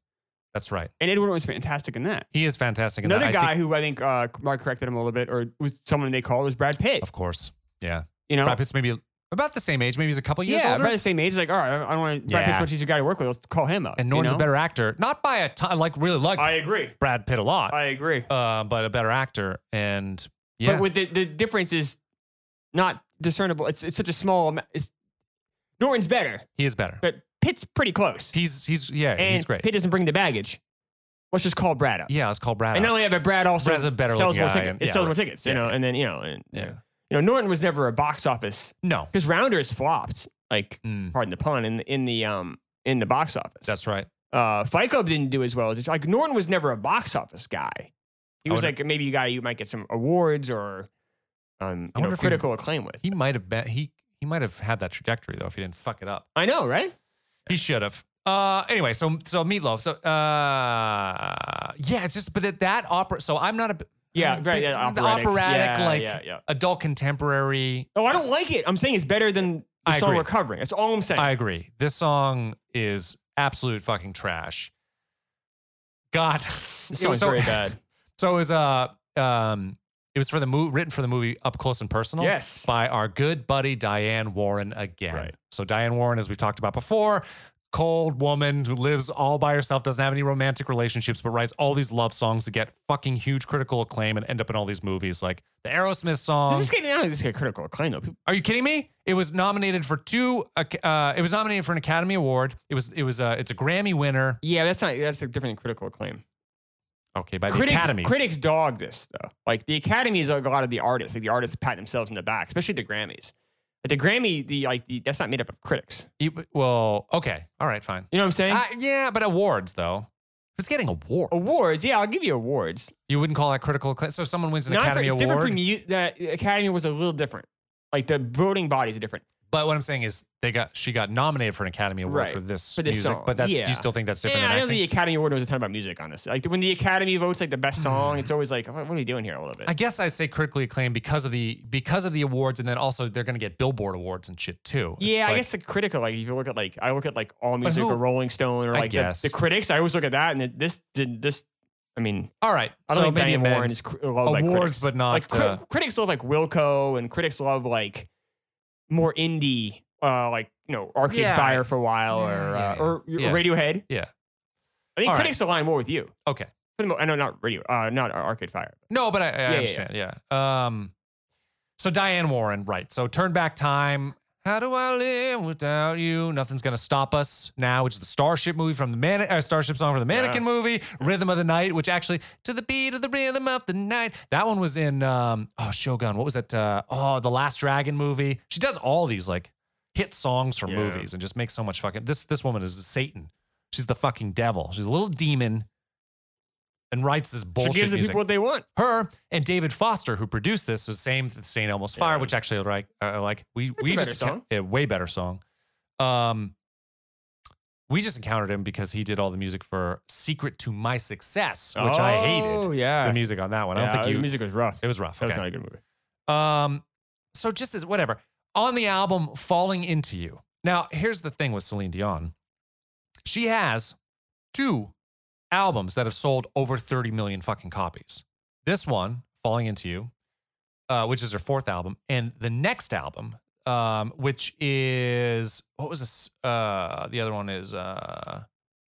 Speaker 1: that's right.
Speaker 2: and Ed Norton was fantastic in that.
Speaker 1: He is fantastic. in that.
Speaker 2: Another
Speaker 1: I think-
Speaker 2: guy who I think uh, Mark corrected him a little bit, or was someone they called was Brad Pitt.
Speaker 1: of course. Yeah.
Speaker 2: You know,
Speaker 1: Brad Pitt's maybe about the same age. Maybe he's a couple years
Speaker 2: yeah,
Speaker 1: older.
Speaker 2: about the same age. Like, all right, I I don't want Brad Pitt's
Speaker 1: Yeah.
Speaker 2: much easier guy to work with. Let's call him up.
Speaker 1: and
Speaker 2: you
Speaker 1: Norton's
Speaker 2: know?
Speaker 1: a better actor, not by a ton. Like really like
Speaker 2: I agree.
Speaker 1: Brad Pitt a lot,
Speaker 2: I agree.
Speaker 1: uh, but a better actor. And yeah,
Speaker 2: But with the, the difference is not discernible. It's it's such a small. ama- It's, Norton's better,
Speaker 1: he is better.
Speaker 2: but Pitt's pretty close.
Speaker 1: He's he's yeah
Speaker 2: and
Speaker 1: he's great.
Speaker 2: Pitt doesn't bring the baggage. Let's just call Brad up.
Speaker 1: yeah, let's call Brad.
Speaker 2: And not
Speaker 1: up.
Speaker 2: only that, but Brad also
Speaker 1: Brad's a better
Speaker 2: sells
Speaker 1: looking
Speaker 2: more
Speaker 1: guy
Speaker 2: tickets.
Speaker 1: and-
Speaker 2: it
Speaker 1: yeah,
Speaker 2: sells more
Speaker 1: right.
Speaker 2: tickets, you
Speaker 1: Yeah.
Speaker 2: know. And then you know, and,
Speaker 1: Yeah.
Speaker 2: you know, Norton was never a box office
Speaker 1: No.
Speaker 2: because Rounders flopped. Like,
Speaker 1: Mm,
Speaker 2: pardon the pun, in the, in the um in the box office.
Speaker 1: that's right.
Speaker 2: uh, Fight Club didn't do as well as it. Like Norton was never a box office guy. He
Speaker 1: I
Speaker 2: was
Speaker 1: wonder-
Speaker 2: like maybe a guy you might get some awards or um,
Speaker 1: I
Speaker 2: you know,
Speaker 1: wonder if he-
Speaker 2: critical acclaim with.
Speaker 1: He might have been he he might have had that trajectory though if he didn't fuck it up.
Speaker 2: I know, right?
Speaker 1: He should have. Uh, anyway, so so meatloaf. So uh, yeah, it's just but that, that opera. So I'm not a b-
Speaker 2: Yeah,
Speaker 1: I'm a
Speaker 2: right.
Speaker 1: big-
Speaker 2: Yeah,
Speaker 1: the
Speaker 2: operatic,
Speaker 1: operatic,
Speaker 2: Yeah,
Speaker 1: like
Speaker 2: yeah, yeah.
Speaker 1: adult contemporary.
Speaker 2: Oh, I don't like it. I'm saying it's better than the
Speaker 1: I
Speaker 2: song
Speaker 1: agree.
Speaker 2: "Recovering." That's all I'm saying.
Speaker 1: I agree. This song is absolute fucking trash. God,
Speaker 2: this
Speaker 1: It was
Speaker 2: song's very bad.
Speaker 1: So it was uh um it was for the movie written for the movie Up Close and Personal.
Speaker 2: Yes.
Speaker 1: By our good buddy Diane Warren again.
Speaker 2: Right.
Speaker 1: So Diane Warren, as we've talked about before, cold woman who lives all by herself, doesn't have any romantic relationships, but writes all these love songs that get fucking huge critical acclaim and end up in all these movies like the Aerosmith
Speaker 2: This
Speaker 1: song.
Speaker 2: is getting out of this get critical acclaim though. People-
Speaker 1: Are you kidding me? It was nominated for two. ac- Uh, it was nominated for an Academy Award. It was. It was. Uh, it's a Grammy winner.
Speaker 2: Yeah, that's not that's different than critical acclaim.
Speaker 1: Okay, by the
Speaker 2: critics,
Speaker 1: Academy.
Speaker 2: critics dog this though. Like the Academy is like a lot of the artists. Like the artists pat themselves in the back, especially the Grammys. But the Grammy, the like the, that's not made up of critics.
Speaker 1: Well, okay, all right, fine.
Speaker 2: You know what I'm saying?
Speaker 1: Uh, yeah, but awards though. If it's getting awards,
Speaker 2: awards, yeah, I'll give you awards.
Speaker 1: you wouldn't call that critical acclaim. So if someone wins an
Speaker 2: Not for,
Speaker 1: Academy
Speaker 2: it's different
Speaker 1: Award,
Speaker 2: from you. That Academy was a little different. Like the voting bodies are different.
Speaker 1: but what I'm saying is they got she got nominated for an Academy Award
Speaker 2: Right,
Speaker 1: for this,
Speaker 2: for this
Speaker 1: music.
Speaker 2: song,
Speaker 1: But that's do
Speaker 2: yeah.
Speaker 1: you still think that's different
Speaker 2: Yeah, I
Speaker 1: than
Speaker 2: know
Speaker 1: acting?
Speaker 2: the Academy Award was a ton about music on this. Like when the Academy votes like the best song, it's always like, what what are we doing here a little bit?
Speaker 1: I guess I say critically acclaimed because of the because of the awards, and then also they're gonna get Billboard awards and shit too.
Speaker 2: yeah,
Speaker 1: It's
Speaker 2: I
Speaker 1: like-
Speaker 2: guess the critical, like if you look at like I look at like All Music
Speaker 1: who-
Speaker 2: or Rolling Stone or
Speaker 1: I
Speaker 2: like the,
Speaker 1: guess.
Speaker 2: the critics, I always look at that and it, this did this. I mean,
Speaker 1: All right,
Speaker 2: I don't
Speaker 1: so
Speaker 2: think
Speaker 1: maybe it
Speaker 2: Diane Warren
Speaker 1: meant-
Speaker 2: is cr- loved by
Speaker 1: awards,
Speaker 2: critics.
Speaker 1: but not,
Speaker 2: like cri-
Speaker 1: uh,
Speaker 2: critics love like Wilco, and critics love like more indie, uh, like you know Arcade
Speaker 1: Yeah.
Speaker 2: Fire for a while,
Speaker 1: Yeah,
Speaker 2: or
Speaker 1: yeah, yeah.
Speaker 2: uh, or
Speaker 1: Yeah.
Speaker 2: Radiohead.
Speaker 1: Yeah.
Speaker 2: I think
Speaker 1: All right.
Speaker 2: critics align more with you.
Speaker 1: okay.
Speaker 2: For the mo- I know not radio, uh, not Arcade Fire.
Speaker 1: No, but I, I
Speaker 2: yeah, yeah.
Speaker 1: understand. Yeah, Um. So Diane Warren, right? So turn back time. How do I live without you? Nothing's gonna stop us now, which is the Starship movie from the man, uh, Starship song from the Mannequin movie, Rhythm of the Night, which actually to the beat of the rhythm of the night. That one was in um oh Shogun. What was that? Uh, oh, the Last Dragon movie. She does all these like hit songs from
Speaker 2: Yeah.
Speaker 1: movies and just makes so much fucking. This this woman is Satan. She's the fucking devil. She's a little demon, and writes this bullshit.
Speaker 2: she gives the
Speaker 1: music
Speaker 2: people what they want.
Speaker 1: her and David Foster, who produced this, was same th- St. Elmo's Fire,
Speaker 2: Yeah.
Speaker 1: which actually like uh, like we we
Speaker 2: a better
Speaker 1: just
Speaker 2: song.
Speaker 1: yeah, way better song. Um, we just encountered him because he did all the music for "Secret to My Success," which I
Speaker 2: Oh
Speaker 1: hated
Speaker 2: yeah,
Speaker 1: the music on that one. I don't
Speaker 2: Yeah,
Speaker 1: think you.
Speaker 2: the music was rough.
Speaker 1: it was rough.
Speaker 2: that was
Speaker 1: Okay.
Speaker 2: not a good movie.
Speaker 1: Um, so just as whatever on the album "Falling Into You." Now, here's the thing with Celine Dion. She has two albums that have sold over 30 million fucking copies. This one, "Falling Into You," uh, which is her fourth album, and the next album, um, which is what was this? Uh, the other one is uh,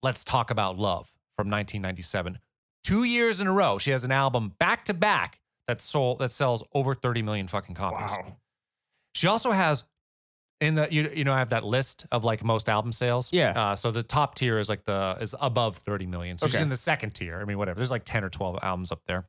Speaker 1: "Let's Talk About Love" from 1997. Two years in a row, she has an album back to back that sold that sells over 30 million fucking copies.
Speaker 2: Wow.
Speaker 1: She also has in the you you know I have that list of like most album sales.
Speaker 2: Yeah.
Speaker 1: Uh, so the top tier is like the is above 30 million. So she's
Speaker 2: Okay.
Speaker 1: in the second tier. I mean whatever. There's like 10 or 12 albums up there.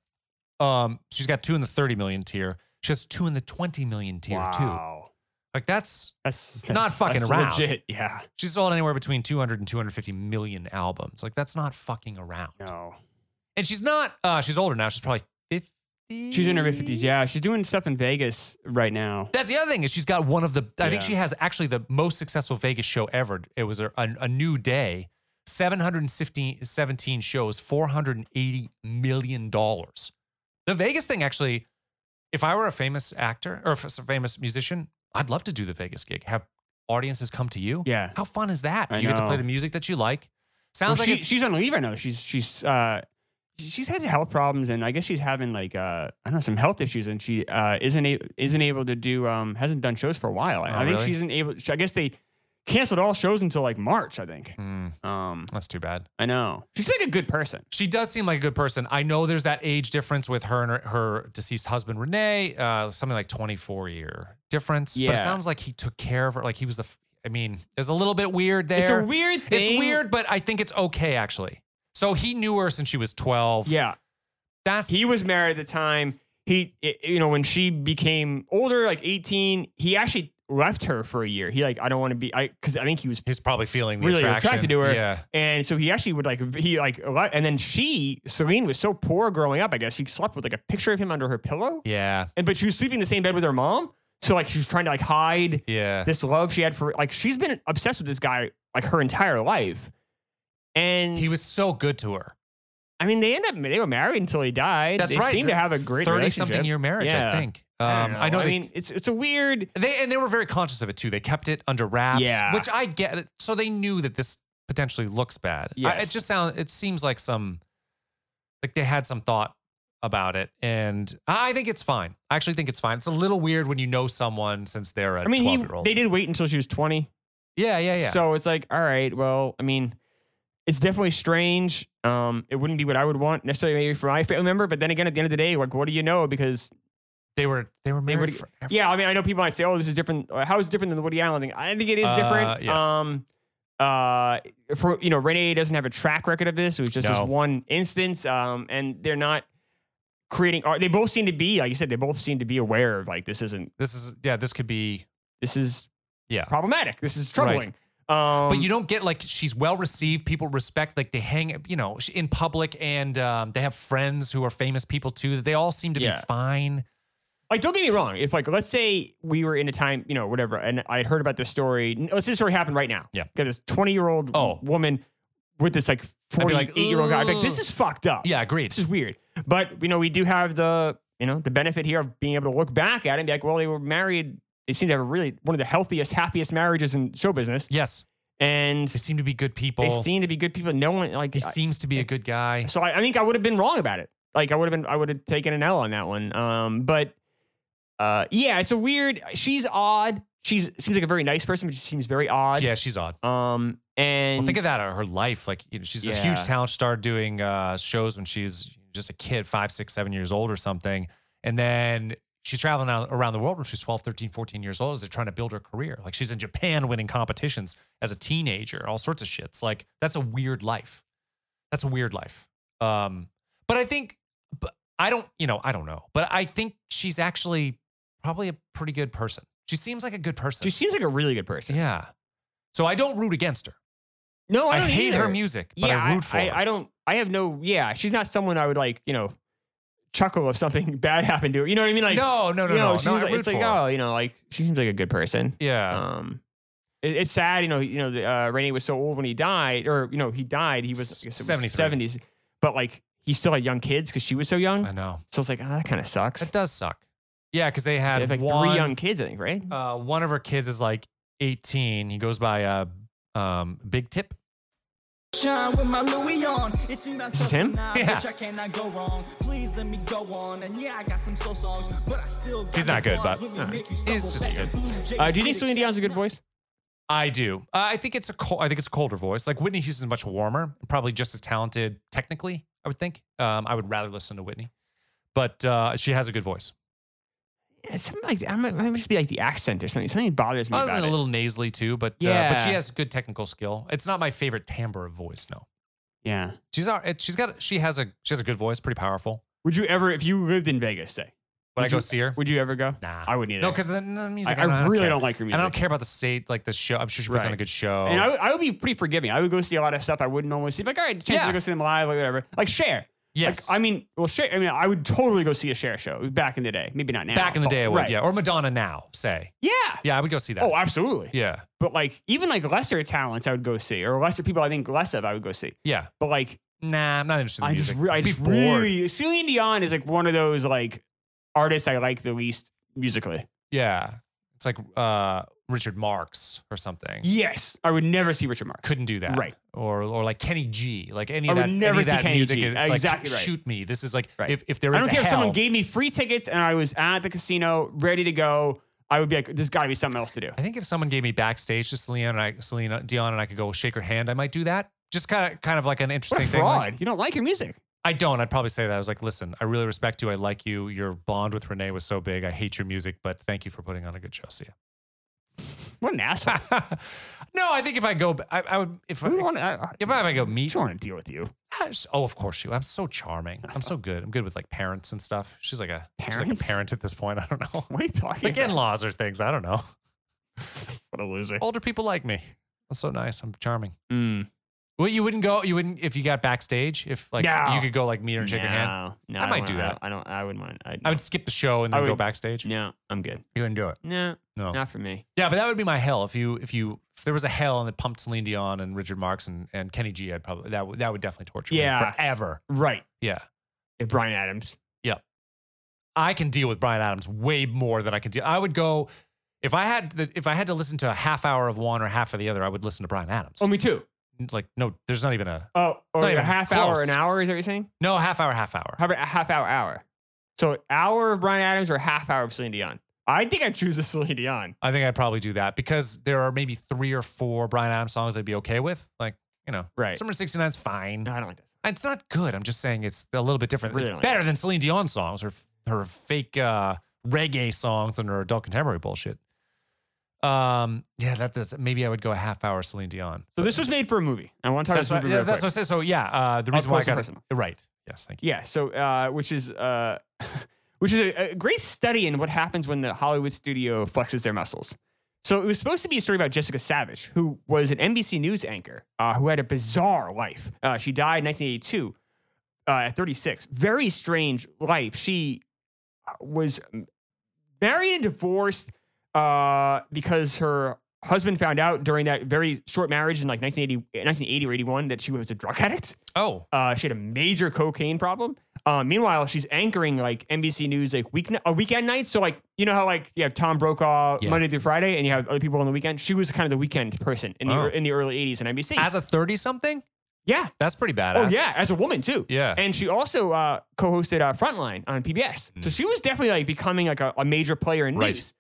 Speaker 1: Um, she's got two in the 30 million tier. She has two in the 20 million tier too.
Speaker 2: wow.
Speaker 1: Like that's
Speaker 2: That's, that's
Speaker 1: Not fucking
Speaker 2: that's
Speaker 1: around.
Speaker 2: Legit. Yeah.
Speaker 1: she's sold anywhere between 200 and 250 million albums. Like that's not fucking around.
Speaker 2: No.
Speaker 1: And she's not uh she's older now. She's probably 50.
Speaker 2: She's in her mid fifties. Yeah, she's doing stuff in Vegas right now.
Speaker 1: That's the other thing is she's got one of the. I think
Speaker 2: Yeah.
Speaker 1: she has actually the most successful Vegas show ever. It was a, a, a new day, 717 17 shows, 480 million dollars. The Vegas thing actually if I were a famous actor or if it's a famous musician, I'd love to do the Vegas gig. Have audiences come to you.
Speaker 2: Yeah.
Speaker 1: How fun is that?
Speaker 2: I
Speaker 1: you get to play
Speaker 2: know.
Speaker 1: the music that you like. Sounds
Speaker 2: Well,
Speaker 1: like
Speaker 2: she-
Speaker 1: it's-
Speaker 2: she's on leave right now. She's she's uh she's had health problems and I guess she's having like uh I don't know some health issues and she uh isn't a- isn't able to do um hasn't done shows for a while. I,
Speaker 1: Oh,
Speaker 2: I think
Speaker 1: really?
Speaker 2: she's not able. I guess they canceled all shows until like March. I think.
Speaker 1: Mm,
Speaker 2: Um,
Speaker 1: that's too bad.
Speaker 2: I know she's like a good person.
Speaker 1: She does seem like a good person. I know there's that age difference with her and her, her deceased husband Renee, uh, something like 24 year difference. But it
Speaker 2: Yeah.
Speaker 1: sounds like he took care of her. Like he was the. f- I mean, it's a little bit weird there.
Speaker 2: It's a weird thing.
Speaker 1: It's weird, but I think it's okay actually. So he knew her since she was 12.
Speaker 2: Yeah,
Speaker 1: that's
Speaker 2: he was married at the time. He, i- you know, when she became older, like eighteen, he actually left her for a year. He like, I don't want to be, I because I think he was
Speaker 1: he's probably feeling the
Speaker 2: really
Speaker 1: attraction.
Speaker 2: attracted to her.
Speaker 1: Yeah.
Speaker 2: And so he actually would like v- he like a lot- and then she Celine was so poor growing up. I guess she slept with like a picture of him under her pillow,
Speaker 1: Yeah.
Speaker 2: and but she was sleeping in the same bed with her mom. So like she was trying to like hide
Speaker 1: Yeah.
Speaker 2: this love she had for like she's been obsessed with this guy like her entire life. And
Speaker 1: he was so good to her.
Speaker 2: I mean, they end up they were married until he died.
Speaker 1: That's
Speaker 2: they
Speaker 1: right.
Speaker 2: Seem to have a great
Speaker 1: something
Speaker 2: relationship.
Speaker 1: year marriage, I
Speaker 2: Yeah.
Speaker 1: think. Um,
Speaker 2: I,
Speaker 1: I,
Speaker 2: don't know.
Speaker 1: know.
Speaker 2: I
Speaker 1: they,
Speaker 2: mean, it's it's a weird.
Speaker 1: they and they were very conscious of it too. They kept it under wraps,
Speaker 2: Yeah.
Speaker 1: which I get. it. So they knew that this potentially looks bad. I- it
Speaker 2: Yes.
Speaker 1: just sounds. It seems like some, like they had some thought about it, and I think it's fine. I actually think it's fine. It's a little weird when you know someone since they're a
Speaker 2: I mean,
Speaker 1: twelve
Speaker 2: he,
Speaker 1: year old.
Speaker 2: they did wait until she was twenty.
Speaker 1: Yeah, yeah, yeah.
Speaker 2: So it's like, all right, well, I mean, it's definitely strange. Um, it wouldn't be what I would want necessarily maybe for my family member, but then again, at the end of the day, like, what do you know? Because
Speaker 1: they were they were
Speaker 2: they
Speaker 1: married.
Speaker 2: would,
Speaker 1: forever.
Speaker 2: yeah. I mean, I know people might say, oh, this is different. uh, How is it different than the Woody Allen thing? I think it is different.
Speaker 1: Uh, yeah.
Speaker 2: Um, uh, for you know, Renee doesn't have a track record of this. It was just
Speaker 1: No.
Speaker 2: this one instance. Um, and they're not creating art. They both seem to be, like you said, they both seem to be aware of like this isn't
Speaker 1: This is yeah. This could be
Speaker 2: this is
Speaker 1: yeah.
Speaker 2: problematic. This is
Speaker 1: Right.
Speaker 2: troubling. Um,
Speaker 1: but you don't get like she's well received. People respect like they hang, you know, sh- in public, and um, they have friends who are famous people too. That they all seem to
Speaker 2: Yeah.
Speaker 1: be fine.
Speaker 2: Like, don't get me wrong. If like, let's say we were in a time, you know, whatever, and I had heard about this story. n- Let's say this story happened right now.
Speaker 1: Yeah.
Speaker 2: Got this twenty-year-old
Speaker 1: Oh.
Speaker 2: woman with this like
Speaker 1: be like,
Speaker 2: forty-eight-year-old guy. I'd be like, this
Speaker 1: "Ugh."
Speaker 2: is fucked up.
Speaker 1: Yeah, agreed.
Speaker 2: This is weird. But you know, we do have the you know the benefit here of being able to look back at it and be like, well, they were married. They seem to have a really one of the healthiest, happiest marriages in show business,
Speaker 1: Yes,
Speaker 2: and
Speaker 1: they seem to be good people.
Speaker 2: they seem to be good people. No one like.
Speaker 1: he seems to be a good guy.
Speaker 2: So I, I think I would have been wrong about it. Like I would have been, I would have taken an L on that one. Um, but uh, yeah, it's a weird. She's odd. She's seems like a very nice person, but she seems very odd.
Speaker 1: Yeah, she's odd.
Speaker 2: Um, and
Speaker 1: Well, think of that uh, her life. Like you know, she's a huge
Speaker 2: Yeah.
Speaker 1: talent star doing uh, shows when she's just a kid, five, six, seven years old or something, and then. She's traveling out around the world when she's 12, 13, 14 years old as they're trying to build her career. Like she's in Japan winning competitions as a teenager, all sorts of shits. Like that's a weird life. that's a weird life. Um, but I think, but I don't, you know, I don't know, but I think she's actually probably a pretty good person. She seems like a good person.
Speaker 2: She seems like a really good person.
Speaker 1: yeah. So I don't root against her.
Speaker 2: No, I,
Speaker 1: I,
Speaker 2: don't
Speaker 1: hate
Speaker 2: either.
Speaker 1: her music, but
Speaker 2: yeah,
Speaker 1: I root for
Speaker 2: I,
Speaker 1: her.
Speaker 2: I don't. I have no. Yeah, she's not someone I would like. You know, chuckle if something bad happened to her. You know what I mean? Like
Speaker 1: no, no, no,
Speaker 2: you know,
Speaker 1: no,
Speaker 2: She's
Speaker 1: no. I
Speaker 2: like,
Speaker 1: root
Speaker 2: it's like
Speaker 1: for her.
Speaker 2: oh, you know, like she seems like a good person.
Speaker 1: Yeah.
Speaker 2: Um, it, it's sad, you know. You know, the, uh, Renee was so old when he died, or you know, he died. He was
Speaker 1: S-
Speaker 2: seventies, but like he still had young kids because she was so young.
Speaker 1: I know.
Speaker 2: So it's like, oh, that kind of sucks.
Speaker 1: That does suck. Yeah, because they
Speaker 2: They
Speaker 1: had
Speaker 2: have like
Speaker 1: one,
Speaker 2: three young kids, I think, right?
Speaker 1: uh, one of her kids is like 18. He goes by uh, um, Big Tip.
Speaker 5: Shine with my Louis on. It's me, myself,
Speaker 2: is him?
Speaker 5: and I,
Speaker 1: Yeah.
Speaker 5: bitch, I cannot go wrong. Please let me go on. And yeah, I got some so songs, but I still got
Speaker 1: He's
Speaker 5: the
Speaker 1: not good,
Speaker 5: bars
Speaker 1: but,
Speaker 5: with me,
Speaker 1: uh,
Speaker 5: make you
Speaker 1: he's
Speaker 5: stumble
Speaker 1: just
Speaker 5: back
Speaker 1: good.
Speaker 5: and blue
Speaker 2: Uh, do you think
Speaker 5: jays
Speaker 2: Celine
Speaker 5: hit it.
Speaker 2: Dion's a good voice?
Speaker 1: I do. Uh, I think it's a cold. I think it's a colder voice. Like Whitney Houston's much warmer, and probably just as talented technically. I would think. Um, I would rather listen to Whitney, but uh, she has a good voice.
Speaker 2: Yeah, something like that. I'm, I'm gonna just be like the accent or something. Something bothers me
Speaker 1: I was
Speaker 2: about
Speaker 1: a
Speaker 2: it.
Speaker 1: little nasally too, but uh, but she
Speaker 2: Yeah.
Speaker 1: has good technical skill. It's not my favorite timbre of voice. No,
Speaker 2: yeah.
Speaker 1: she's all, she's got she has a she has a good voice, pretty powerful.
Speaker 2: Would you ever, if you lived in Vegas, say,
Speaker 1: Would I
Speaker 2: Would
Speaker 1: go
Speaker 2: you-
Speaker 1: see her?
Speaker 2: would you ever go?
Speaker 1: Nah.
Speaker 2: I wouldn't either.
Speaker 1: no, because the, the music.
Speaker 2: I,
Speaker 1: don't-
Speaker 2: I really
Speaker 1: care.
Speaker 2: don't like her music.
Speaker 1: And I don't care about the state, like the show. I'm sure she puts on a
Speaker 2: Right.
Speaker 1: good show.
Speaker 2: And I, would- I would be pretty forgiving. I would go see a lot of stuff I wouldn't normally see. Like, all right, chances
Speaker 1: Yeah.
Speaker 2: to go see them live, like whatever. Like, share.
Speaker 1: yes,
Speaker 2: Like, I mean, well, Cher, I mean, I would totally go see a Cher show back in the day. Maybe not now.
Speaker 1: back in the
Speaker 2: but-
Speaker 1: day, I would,
Speaker 2: right.
Speaker 1: yeah, or Madonna now. Say,
Speaker 2: Yeah.
Speaker 1: yeah, I would go see that.
Speaker 2: Oh, absolutely.
Speaker 1: yeah,
Speaker 2: But like, even like lesser talents, I would go see, or lesser people I think less of, I would go see.
Speaker 1: yeah.
Speaker 2: But like,
Speaker 1: Nah, I'm not interested in
Speaker 2: I
Speaker 1: music.
Speaker 2: just, re- I
Speaker 1: I'd be
Speaker 2: just
Speaker 1: bored.
Speaker 2: really, Celine Dion is like one of those like artist I like the least musically.
Speaker 1: Yeah. It's like uh, Richard Marx or something.
Speaker 2: Yes, I would never see Richard Marx.
Speaker 1: Couldn't do that.
Speaker 2: Right.
Speaker 1: Or or like Kenny G. Like any
Speaker 2: I
Speaker 1: of
Speaker 2: would
Speaker 1: that,
Speaker 2: never
Speaker 1: any of
Speaker 2: see
Speaker 1: that
Speaker 2: Kenny
Speaker 1: music.
Speaker 2: G.
Speaker 1: It's
Speaker 2: Exactly
Speaker 1: like
Speaker 2: right.
Speaker 1: shoot me. This is like
Speaker 2: Right.
Speaker 1: if, if there
Speaker 2: I
Speaker 1: is
Speaker 2: don't
Speaker 1: a
Speaker 2: care if someone
Speaker 1: hell-
Speaker 2: gave me free tickets and I was at the casino ready to go. I would be like, "There's got to be something else to do."
Speaker 1: I think if someone gave me backstage to Selena and I, Selena Dion and I could go shake her hand, I might do that. Just kind of kind of like an
Speaker 2: What
Speaker 1: interesting
Speaker 2: a
Speaker 1: thing. like-
Speaker 2: fraud! You don't like your music.
Speaker 1: I don't. I'd probably say that. I was like, listen, I really respect you. I like you. Your bond with Renee was so big. I hate your music, but thank you for putting on a good show. See ya.
Speaker 2: What an asshole!
Speaker 1: no, I think if I go, b- I, I would if I,
Speaker 2: Who wanna- I, I,
Speaker 1: if I, if I go meet.
Speaker 2: just want to deal with you.
Speaker 1: Gosh, Oh, of course you. I'm so charming. I'm so good. I'm good with like parents and stuff. She's like a she's like a
Speaker 2: Parents?
Speaker 1: parent at this point. I don't know.
Speaker 2: What are you talking
Speaker 1: Like in
Speaker 2: about?
Speaker 1: laws or things. I don't know.
Speaker 2: What a loser.
Speaker 1: Older people like me. I'm so nice. I'm charming.
Speaker 2: Mm.
Speaker 1: Well, you wouldn't go. You wouldn't if you got backstage. If like
Speaker 2: No.
Speaker 1: you could go like meet her and shake her hand.
Speaker 2: No,
Speaker 1: I
Speaker 2: don't
Speaker 1: might
Speaker 2: wanna-
Speaker 1: do that.
Speaker 2: I don't. I wouldn't mind. I,
Speaker 1: I would skip the show and
Speaker 2: I
Speaker 1: then go
Speaker 2: would-
Speaker 1: backstage.
Speaker 2: No, I'm good.
Speaker 1: You wouldn't do it.
Speaker 2: No,
Speaker 1: No.
Speaker 2: not for me.
Speaker 1: Yeah, but that would be my hell if you if you if there was a hell and it pumped Celine Dion and Richard Marx and, and Kenny G, I'd probably that would that would definitely torture
Speaker 2: Yeah.
Speaker 1: me forever.
Speaker 2: Right.
Speaker 1: Yeah.
Speaker 2: Yeah, Brian Adams.
Speaker 1: I can deal with Brian Adams way more than I can deal. I would go if I had the, if I had to listen to a half hour of one or half of the other, I would listen to Brian Adams.
Speaker 2: Oh, me too.
Speaker 1: like no, there's not even a
Speaker 2: Oh, or
Speaker 1: Not
Speaker 2: a
Speaker 1: even
Speaker 2: half hour,
Speaker 1: close.
Speaker 2: an hour, is that what you're saying?
Speaker 1: no half hour, half hour.
Speaker 2: How about a half hour, hour? So an hour of Brian Adams or a half hour of Celine Dion? I think I'd choose the Celine Dion.
Speaker 1: I think I'd probably do that because there are maybe three or four Brian Adams songs I'd be okay with. Like you know,
Speaker 2: Right.
Speaker 1: Summer '69 is fine.
Speaker 2: No, I don't like this.
Speaker 1: It's not good. I'm just saying it's a little bit different.
Speaker 2: Really
Speaker 1: It's
Speaker 2: don't like
Speaker 1: better
Speaker 2: it.
Speaker 1: than Celine Dion songs or her fake uh, reggae songs and her adult contemporary bullshit. Um, yeah, that, that's maybe I would go a half hour Celine Dion.
Speaker 2: So this was made for a movie. I want to talk
Speaker 1: That's what,
Speaker 2: about this movie.
Speaker 1: yeah,
Speaker 2: real
Speaker 1: that's what I
Speaker 2: quick. Oh,
Speaker 1: said. So yeah, uh, the reason why I
Speaker 2: close and
Speaker 1: got it
Speaker 2: personal.
Speaker 1: right. Yes, thank you.
Speaker 2: yeah. So uh, which is uh, which is a, a great study in what happens when the Hollywood studio flexes their muscles. So it was supposed to be a story about Jessica Savage, who was an NBC News anchor uh, who had a bizarre life. Uh, she died in 1982 uh, at 36. Very strange life. She uh, was married and divorced uh, because her husband found out during that very short marriage in like 1980, 1980 or 81 that she was a drug addict.
Speaker 1: Oh,
Speaker 2: Uh, she had a major cocaine problem. Uh, meanwhile, she's anchoring like NBC News like week uh, weekend nights. So like you know how like you have Tom Brokaw
Speaker 1: Yeah.
Speaker 2: Monday through Friday, and you have other people on the weekend. She was kind of the weekend person in the
Speaker 1: Oh.
Speaker 2: in the early '80s in NBC.
Speaker 1: as a thirty-something,
Speaker 2: yeah.
Speaker 1: that's pretty badass.
Speaker 2: Oh yeah, as a woman too.
Speaker 1: Yeah.
Speaker 2: and she also uh, co-hosted uh, Frontline on PBS, so she was definitely like becoming like a, a major player in
Speaker 1: Mm. Right.
Speaker 2: news.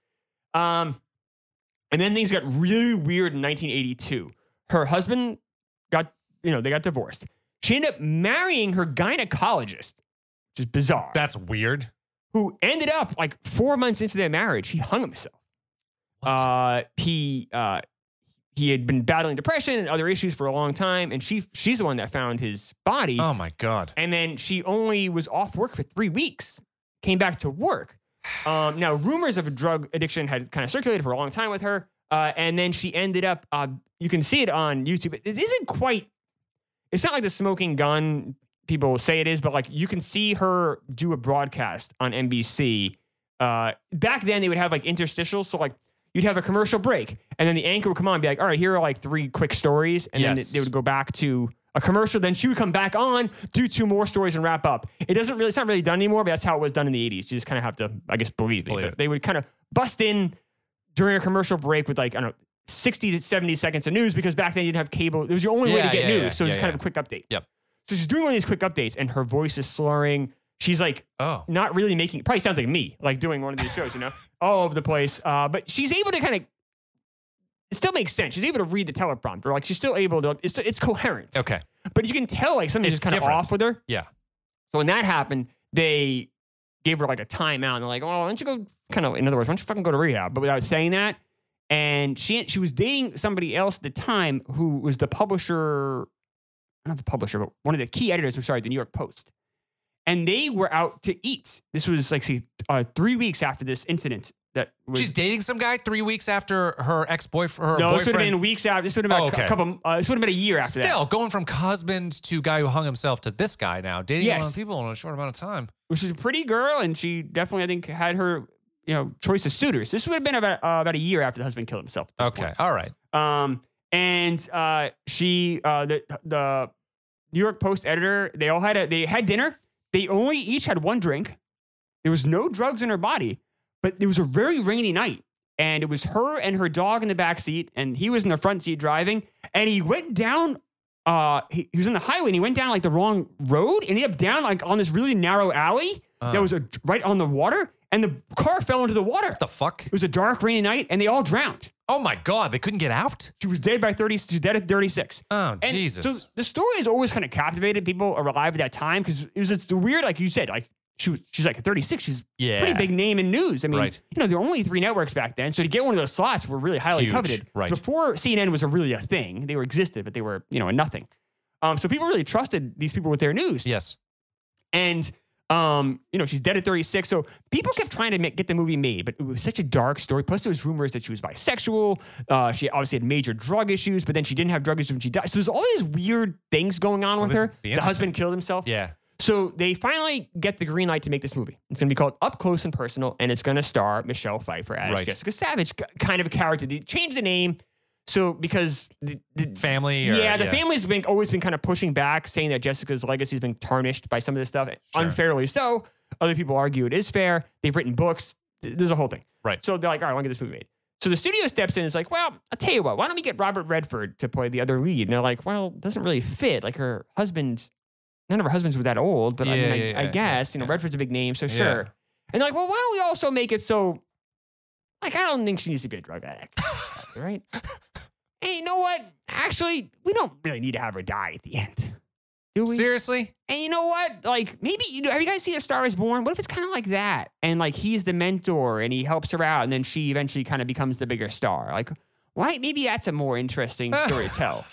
Speaker 2: Um, and then things got really weird in 1982. Her husband got, you know, they got divorced. She ended up marrying her gynecologist, which is bizarre.
Speaker 1: that's weird.
Speaker 2: who ended up like four months into their marriage, he hung himself. Uh, he uh, he had been battling depression and other issues for a long time, and she she's the one that found his body.
Speaker 1: oh my god.
Speaker 2: And then she only was off work for three weeks, came back to work. Um, now, rumors of a drug addiction had kind of circulated for a long time with her. Uh, and then she ended up, uh, you can see it on YouTube. It isn't quite, it's not like the smoking gun people say it is, but like you can see her do a broadcast on NBC. Uh, back then, they would have like interstitials. So, like, you'd have a commercial break, and then the anchor would come on and be like, all right, here are like three quick stories. And then
Speaker 1: Yes.
Speaker 2: they would go back to a commercial. Then she would come back on, do two more stories, and wrap up. It doesn't really, it's not really done anymore, but that's how it was done in the 80s. You just kind of have to, I guess, believe it.
Speaker 1: Believe
Speaker 2: But
Speaker 1: it.
Speaker 2: They would kind of bust in during a commercial break with like, I don't know, 60 to 70 seconds of news because back then you didn't have cable. It was the only way to
Speaker 1: Yeah,
Speaker 2: get
Speaker 1: yeah,
Speaker 2: news.
Speaker 1: yeah,
Speaker 2: so it's
Speaker 1: yeah,
Speaker 2: kind
Speaker 1: yeah.
Speaker 2: of a quick update.
Speaker 1: Yep.
Speaker 2: So she's doing one of these quick updates and her voice is slurring. She's like
Speaker 1: Oh,
Speaker 2: not really making, probably sounds like me, like doing one of these shows, you know, all over the place. Uh, but she's able to kind of, it still makes sense. She's able to read the teleprompter. Like she's still able to, it's, it's coherent.
Speaker 1: okay.
Speaker 2: But you can tell like something's
Speaker 1: It's
Speaker 2: just kind
Speaker 1: different.
Speaker 2: of off with her.
Speaker 1: Yeah.
Speaker 2: So when that happened, they gave her like a timeout and they're like, well, why don't you go kind of, in other words, why don't you fucking go to rehab? But without saying that. And she she was dating somebody else at the time who was the publisher, not the publisher, but one of the key editors, I'm sorry, the New York Post. And they were out to eat. This was like, see, uh, three weeks after this incident that was.
Speaker 1: She's dating some guy three weeks after her ex-boyfriend. Her
Speaker 2: no, this would have
Speaker 1: boyfriend.
Speaker 2: been weeks after. This would have been
Speaker 1: Oh,
Speaker 2: a cou-
Speaker 1: okay.
Speaker 2: couple, uh, this would have been a year after that.
Speaker 1: Still going from husband to guy who hung himself to this guy now dating a lot
Speaker 2: Yes.
Speaker 1: of people in a short amount of time.
Speaker 2: which was a pretty girl, and she definitely, I think, had her you know choice of suitors. This would have been about uh, about a year after the husband killed himself. at this
Speaker 1: Okay, all right.
Speaker 2: point. Um, and uh, she, uh, the the New York Post editor, they all had a they had dinner. They only each had one drink. There was no drugs in her body, but it was a very rainy night. And it was her and her dog in the back seat, and he was in the front seat driving. And he went down, uh, he, he was on the highway and he went down like the wrong road and he ended up down like on this really narrow alley that was a, right on the water. And the car fell into the water.
Speaker 1: the fuck?
Speaker 2: It was a dark, rainy night, and they all drowned.
Speaker 1: Oh my God, they couldn't get out?
Speaker 2: She was dead by 30. She was dead at 36.
Speaker 1: Oh,
Speaker 2: And
Speaker 1: Jesus.
Speaker 2: So the story has always kind of captivated people alive at that time because it was just weird, like you said, like she was, she's like 36. She's a pretty
Speaker 1: Yeah.
Speaker 2: big name in news. I mean,
Speaker 1: Right.
Speaker 2: you know, there were only three networks back then. So to get one of those slots were really highly
Speaker 1: Huge,
Speaker 2: coveted.
Speaker 1: right.
Speaker 2: Before CNN was a really a thing, they were existed, but they were, you know, a nothing. Um, so people really trusted these people with their news.
Speaker 1: yes.
Speaker 2: And um, you know, she's dead at 36. So people kept trying to make, get the movie made, but it was such a dark story. Plus, there was rumors that she was bisexual. Uh, she obviously had major drug issues, but then she didn't have drug issues when she died. So there's all these weird things going on with
Speaker 1: this
Speaker 2: her.
Speaker 1: would be
Speaker 2: The husband killed himself.
Speaker 1: Yeah.
Speaker 2: So they finally get the green light to make this movie. It's going to be called Up Close and Personal, and it's going to star Michelle Pfeiffer as
Speaker 1: Right.
Speaker 2: Jessica Savage, k- kind of a character. They changed the name. So because the, the,
Speaker 1: Family. Or,
Speaker 2: yeah, the family's been always been kind of pushing back, saying that Jessica's legacy's been tarnished by some of this stuff, unfairly so. Other people argue it is fair. They've written books. Th- There's a whole thing.
Speaker 1: Right.
Speaker 2: So they're like, all right, I want to get this movie made. So the studio steps in and is like, well, I'll tell you what, why don't we get Robert Redford to play the other lead? And they're like, well, doesn't really fit. Like her husband, none of her husbands were that old, but I mean,
Speaker 1: Yeah,
Speaker 2: I,
Speaker 1: yeah, yeah,
Speaker 2: I
Speaker 1: yeah,
Speaker 2: guess, you know,
Speaker 1: yeah.
Speaker 2: Redford's a big name, so
Speaker 1: Yeah.
Speaker 2: sure. And they're like, well, why don't we also make it so, like, I don't think she needs to be a drug addict, right? hey, you know what? Actually, we don't really need to have her die at the end. Do we?
Speaker 1: Seriously?
Speaker 2: and you know what? Like, maybe, you know, have you guys seen A Star is Born? What if it's kind of like that? And like, he's the mentor and he helps her out, and then she eventually kind of becomes the bigger star. Like, why? Maybe that's a more interesting story to tell.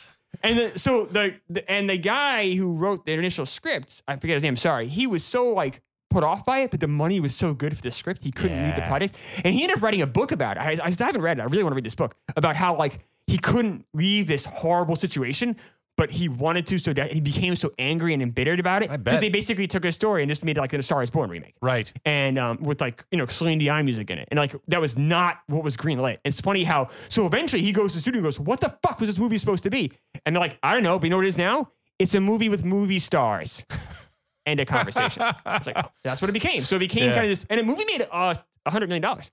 Speaker 2: And the, so the, the and the guy who wrote the initial scripts, I forget his name. Sorry, he was so like put off by it, but the money was so good for the script, he couldn't read the
Speaker 1: Yeah.
Speaker 2: product, and he ended up writing a book about it. I, I just haven't read it. I really want to read this book about how like he couldn't leave this horrible situation, but he wanted to, so that he became so angry and embittered about it
Speaker 1: I bet.
Speaker 2: they basically took his story and just made it like the Star Is Born remake
Speaker 1: Right.
Speaker 2: and um, with like you know Celine Dion music in it, and like that was not what was greenlit. It's funny how so eventually he goes to the studio and goes, "What the fuck was this movie supposed to be?" And they're like, "I don't know, but you know what it is now? It's a movie with movie stars." and a conversation. it's like oh, that's what it became. So it became
Speaker 1: Yeah.
Speaker 2: kind of this, and the movie made uh hundred million dollars.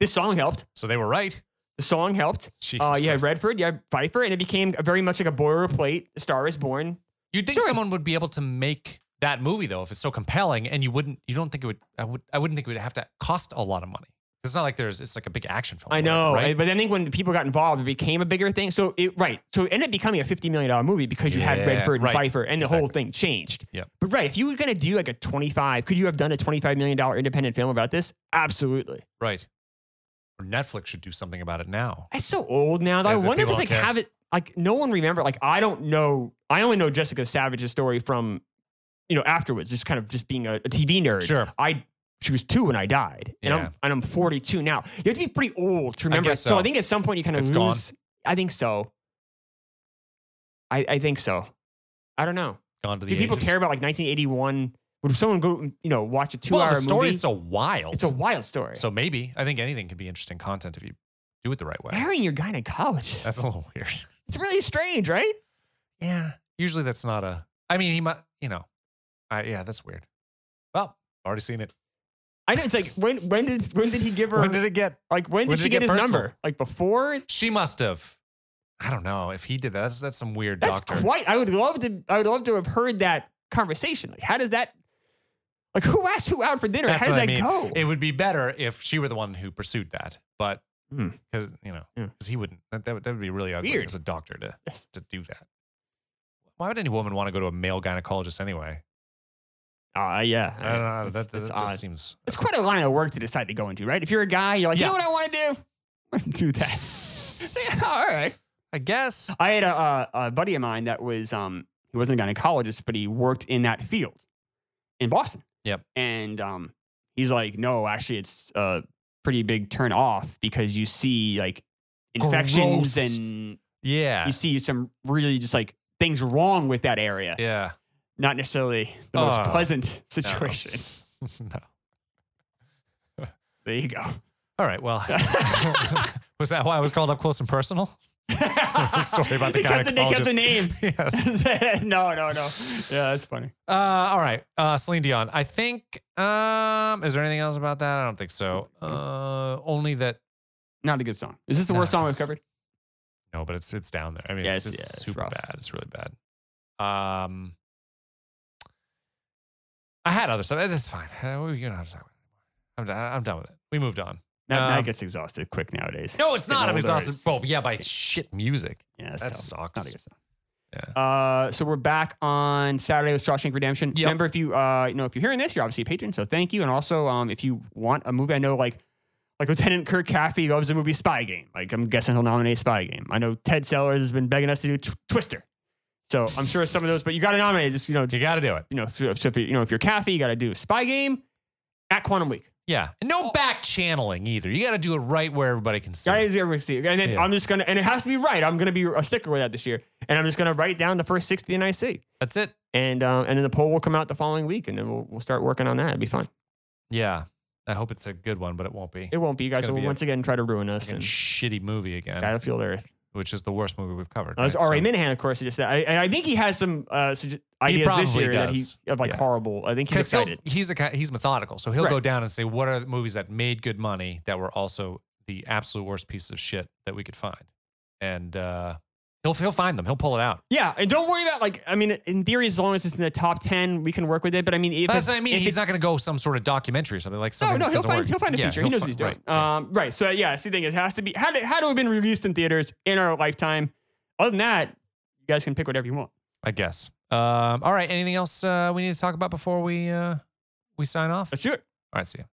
Speaker 2: This song helped.
Speaker 1: So they were right.
Speaker 2: The song helped.
Speaker 1: Jesus
Speaker 2: uh, you had
Speaker 1: Christ.
Speaker 2: Redford, you had Pfeiffer, and it became very much like a boilerplate Star Is Born
Speaker 1: You'd think
Speaker 2: Sure.
Speaker 1: someone would be able to make that movie though, if it's so compelling, and you wouldn't. You don't think it would. I would. I wouldn't think it would have to cost a lot of money. It's not like there's. It's like a big action film.
Speaker 2: I
Speaker 1: or
Speaker 2: know,
Speaker 1: whatever,
Speaker 2: I-
Speaker 1: right?
Speaker 2: but I think when people got involved, it became a bigger thing. So it right, so it ended up becoming a fifty million dollar movie because you had
Speaker 1: Yeah,
Speaker 2: Redford and
Speaker 1: right.
Speaker 2: Pfeiffer, and the whole thing changed.
Speaker 1: Yep.
Speaker 2: But right, if you were gonna do like a twenty five, could you have done a twenty five million dollar independent film about this? Absolutely.
Speaker 1: right. Or Netflix should do something about it now.
Speaker 2: It's so old now. That
Speaker 1: Is
Speaker 2: I
Speaker 1: it?
Speaker 2: wonder if
Speaker 1: People
Speaker 2: it's like
Speaker 1: don't care.
Speaker 2: have it like no one remember. Like I don't know. I only know Jessica Savage's story from you know afterwards, just kind of just being a, a TV nerd.
Speaker 1: Sure.
Speaker 2: I. She was two when I died, and
Speaker 1: Yeah.
Speaker 2: I'm and I'm 42 now. You have to be pretty old to remember.
Speaker 1: guess
Speaker 2: so
Speaker 1: so.
Speaker 2: I think at some point you kind of
Speaker 1: It's
Speaker 2: lose.
Speaker 1: gone.
Speaker 2: I think so. I, I think so. I don't know.
Speaker 1: Gone to the
Speaker 2: Do people
Speaker 1: ages.
Speaker 2: care about like 1981? Would someone go, you know, watch a two-hour
Speaker 1: well, the
Speaker 2: movie?
Speaker 1: story's so wild.
Speaker 2: it's a wild story.
Speaker 1: so maybe I think anything can be interesting content if you do it the right way.
Speaker 2: marrying your gynecologist.
Speaker 1: That's a little weird.
Speaker 2: it's really strange, right?
Speaker 1: Yeah. Usually that's not a. I mean, he might. You know. I yeah. That's weird. Well, already seen it.
Speaker 2: I know it's like when when did when did he give her
Speaker 1: When did it get?
Speaker 2: like when did
Speaker 1: when did
Speaker 2: she
Speaker 1: it
Speaker 2: get,
Speaker 1: get
Speaker 2: his
Speaker 1: personal?
Speaker 2: number? Like before?
Speaker 1: She must have. I don't know if he did that. That's, that's some weird
Speaker 2: That's
Speaker 1: doctor.
Speaker 2: quite I would love to I would love to have heard that conversation. Like how does that like who asked who out for dinner?
Speaker 1: That's
Speaker 2: how does
Speaker 1: what
Speaker 2: that
Speaker 1: I mean.
Speaker 2: go?
Speaker 1: It would be better if she were the one who pursued that, but
Speaker 2: Hmm.
Speaker 1: because you know,
Speaker 2: Yeah.
Speaker 1: because he wouldn't. That, that would that would be really ugly
Speaker 2: Weird.
Speaker 1: as a doctor to
Speaker 2: Yes.
Speaker 1: to do that. Why would any woman want to go to a male gynecologist anyway?
Speaker 2: Ah, yeah.
Speaker 1: I don't know. That, that,
Speaker 2: that's,
Speaker 1: that
Speaker 2: odd.
Speaker 1: just seems
Speaker 2: It's quite a line of work to decide to go into, right? If you're a guy, you're like, you
Speaker 1: Yeah.
Speaker 2: know what I want to do? I wanna do that. Yeah, All right.
Speaker 1: I guess.
Speaker 2: I had a, a, a buddy of mine that was um he wasn't a gynecologist, but he worked in that field in Boston.
Speaker 1: Yep.
Speaker 2: And um he's like, no, actually, it's a pretty big turn off because you see like infections
Speaker 1: Gross.
Speaker 2: and
Speaker 1: Yeah.
Speaker 2: you see some really just like things wrong with that area.
Speaker 1: Yeah.
Speaker 2: Not necessarily the most
Speaker 1: Oh,
Speaker 2: pleasant situations.
Speaker 1: no.
Speaker 2: There you go.
Speaker 1: All right. Well, was that why I was called up close and personal? story about the
Speaker 2: they kept, the, they kept the
Speaker 1: gynecologist.
Speaker 2: name.
Speaker 1: Yes.
Speaker 2: no, no, no. Yeah, that's funny.
Speaker 1: Uh, all right. Uh, Celine Dion. I think. Um, is there anything else about that? I don't think so. Uh, only that.
Speaker 2: Not a good song. Is this the worst
Speaker 1: No.
Speaker 2: song we've covered?
Speaker 1: No, but it's it's down there. I mean,
Speaker 2: Yeah,
Speaker 1: it's
Speaker 2: it's-
Speaker 1: just
Speaker 2: yeah, it's
Speaker 1: super
Speaker 2: rough.
Speaker 1: bad. It's really bad. Um, I had other stuff. It's fine. Uh, we you don't have to talk about it anymore. I'm done. I'm done with it. We moved on.
Speaker 2: That,
Speaker 1: Um,
Speaker 2: that gets exhausted quick nowadays.
Speaker 1: No, it's
Speaker 2: Getting
Speaker 1: not. I'm
Speaker 2: older,
Speaker 1: exhausted.
Speaker 2: it's
Speaker 1: Oh,
Speaker 2: just-
Speaker 1: yeah, by shit music.
Speaker 2: Yeah, that's
Speaker 1: That
Speaker 2: tough.
Speaker 1: sucks.
Speaker 2: Not a good song. Uh, so we're back on Saturday with Shawshank Redemption.
Speaker 1: Yep.
Speaker 2: Remember, if you uh, you know, if you're hearing this, you're obviously a patron, so thank you. And also, um, if you want a movie, I know like like Lieutenant Kirk Caffey loves the movie Spy Game. Like I'm guessing he'll nominate Spy Game. I know Ted Sellers has been begging us to do tw- Twister, so I'm sure some of those. But you got to nominate. Just you know,
Speaker 1: You got to do it.
Speaker 2: you know, so if, so if you you know if you're Caffey, you got to do Spy Game at Quantum Week.
Speaker 1: Yeah. And no back channeling either. You got to do it right where everybody can see.
Speaker 2: Guys, everybody see it. And then
Speaker 1: Yeah.
Speaker 2: I'm just gonna, and it has to be right. I'm gonna be a sticker with that this year, and I'm just gonna write down the first 16 I see.
Speaker 1: That's it.
Speaker 2: and um, and then the poll will come out the following week, and then we'll we'll start working on that. It'd be fun.
Speaker 1: Yeah. I hope it's a good one, but it won't be.
Speaker 2: It won't be. You guys
Speaker 1: gonna
Speaker 2: will
Speaker 1: be a-
Speaker 2: once again try to ruin us.
Speaker 1: Fucking
Speaker 2: And
Speaker 1: shitty movie again,
Speaker 2: Battlefield Earth.
Speaker 1: which is the worst movie we've covered.
Speaker 2: Uh, it's
Speaker 1: right?
Speaker 2: R.A.
Speaker 1: So-
Speaker 2: Minahan, of course. who Just I, and I think he has some uh, sugge- ideas this
Speaker 1: probably
Speaker 2: year
Speaker 1: does.
Speaker 2: that he of like
Speaker 1: Yeah.
Speaker 2: horrible. I think he's
Speaker 1: Because he'll-
Speaker 2: excited.
Speaker 1: he's a ki- he's methodical, so he'll go
Speaker 2: Right.
Speaker 1: down and say what are the movies that made good money that were also the absolute worst pieces of shit that we could find, and uh, he'll he'll find them. He'll pull it out.
Speaker 2: Yeah, and don't worry about like I mean, in theory, as long as it's in the top ten, we can work with it. But I mean, if
Speaker 1: But that's
Speaker 2: it's-
Speaker 1: what I mean.
Speaker 2: if
Speaker 1: He's
Speaker 2: it-
Speaker 1: not going to go some sort of documentary or something like
Speaker 2: No,
Speaker 1: something.
Speaker 2: no,
Speaker 1: that
Speaker 2: he'll
Speaker 1: doesn't
Speaker 2: find
Speaker 1: work.
Speaker 2: he'll find a
Speaker 1: Yeah,
Speaker 2: feature. he knows
Speaker 1: fi-
Speaker 2: what he's doing.
Speaker 1: Right, yeah.
Speaker 2: Um, right. So yeah, see, the thing is, it has to be had. It, had to have been released in theaters in our lifetime. Other than that, you guys can pick whatever you want.
Speaker 1: I guess. Um, all right. Anything else uh, we need to talk about before we uh, we sign off?
Speaker 2: Let's do it.
Speaker 1: All right. See you.